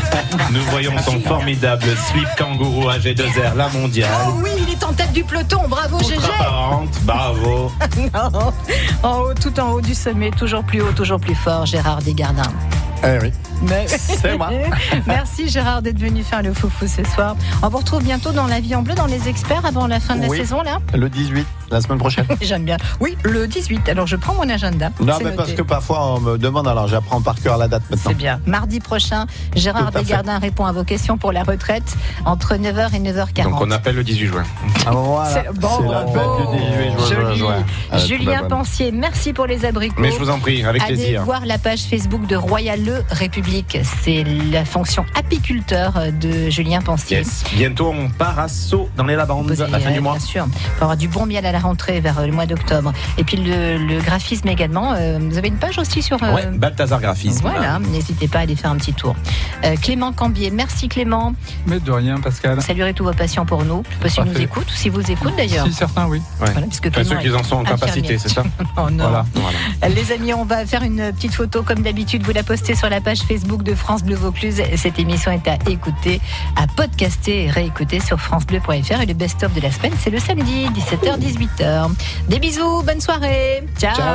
Speaker 5: Nous voyons son formidable slip kangourou AG2R, la mondiale.
Speaker 3: Oh oui, il est en tête du peloton. Bravo, GG.
Speaker 5: Transparente, bravo.
Speaker 3: Non. En haut, tout en haut du sommet, toujours plus haut, toujours plus fort, Gérard Desgardins.
Speaker 5: Ah
Speaker 4: eh oui.
Speaker 3: Mais-
Speaker 4: C'est moi.
Speaker 3: Merci Gérard d'être venu faire le foufou ce soir. On vous retrouve bientôt dans La Vie en Bleu, dans Les Experts, avant la fin de la
Speaker 4: Oui.
Speaker 3: saison, là.
Speaker 4: Le 18, la semaine prochaine.
Speaker 3: J'aime bien. Oui, le 18. Alors je prends mon agenda.
Speaker 4: Non,
Speaker 3: C'est
Speaker 4: mais
Speaker 3: noté.
Speaker 4: parce que parfois on me demande, alors j'apprends par cœur la date maintenant.
Speaker 3: C'est bien. Mardi prochain, Gérard
Speaker 4: Tout à fait.
Speaker 3: Desgardins répond à vos questions pour la retraite entre 9h et 9h40.
Speaker 5: Donc on appelle le 18 juin.
Speaker 4: Ah, voilà.
Speaker 3: C'est- bon,
Speaker 4: C'est la
Speaker 3: bravo.
Speaker 4: fête du 18 juin. juin,
Speaker 3: Joli.
Speaker 4: juin. Ah,
Speaker 3: Julien
Speaker 4: bah, bah.
Speaker 3: Pensier, merci pour les abricots.
Speaker 5: euh, Mais je vous en prie, avec
Speaker 3: Allez
Speaker 5: plaisir.
Speaker 3: voir la page Facebook de Royal Le République. C'est la fonction apiculteur de Julien Pensier.
Speaker 5: Yes. Bientôt on part à Sceaux dans les Lavandes
Speaker 3: Posez,
Speaker 5: à la fin
Speaker 3: euh,
Speaker 5: du mois.
Speaker 3: Bien sûr. Pour avoir du bon miel à la rentrée vers euh, le mois d'octobre. Et puis le, le graphisme également. Euh, vous avez une page aussi sur. euh,
Speaker 5: Ouais, Balthazar Graphisme.
Speaker 3: Voilà, n'hésitez pas à aller faire un petit tour. Euh, Clément Cambier, merci Clément.
Speaker 6: Mais de rien, Pascal.
Speaker 3: Saluerez tous vos patients pour nous. Je sais pas si nous
Speaker 6: Parfait.
Speaker 3: écoutent ou si vous écoutent d'ailleurs.
Speaker 6: Si, certains, oui.
Speaker 5: Ouais.
Speaker 3: Voilà, puisque
Speaker 5: Enfin,
Speaker 3: Clément
Speaker 5: ceux qui
Speaker 3: est
Speaker 5: en sont en
Speaker 3: infirmier.
Speaker 5: capacité, c'est ça
Speaker 3: Oh non.
Speaker 5: Voilà. voilà.
Speaker 3: Les amis, on va faire une petite photo comme d'habitude. Vous la postez sur la page Facebook de France Bleu Vaucluse. Cette émission est à écouter, à podcaster et réécouter sur francebleu.fr. Et le best-of de la semaine, c'est le samedi, 17h-18h. Des bisous, bonne soirée. Ciao.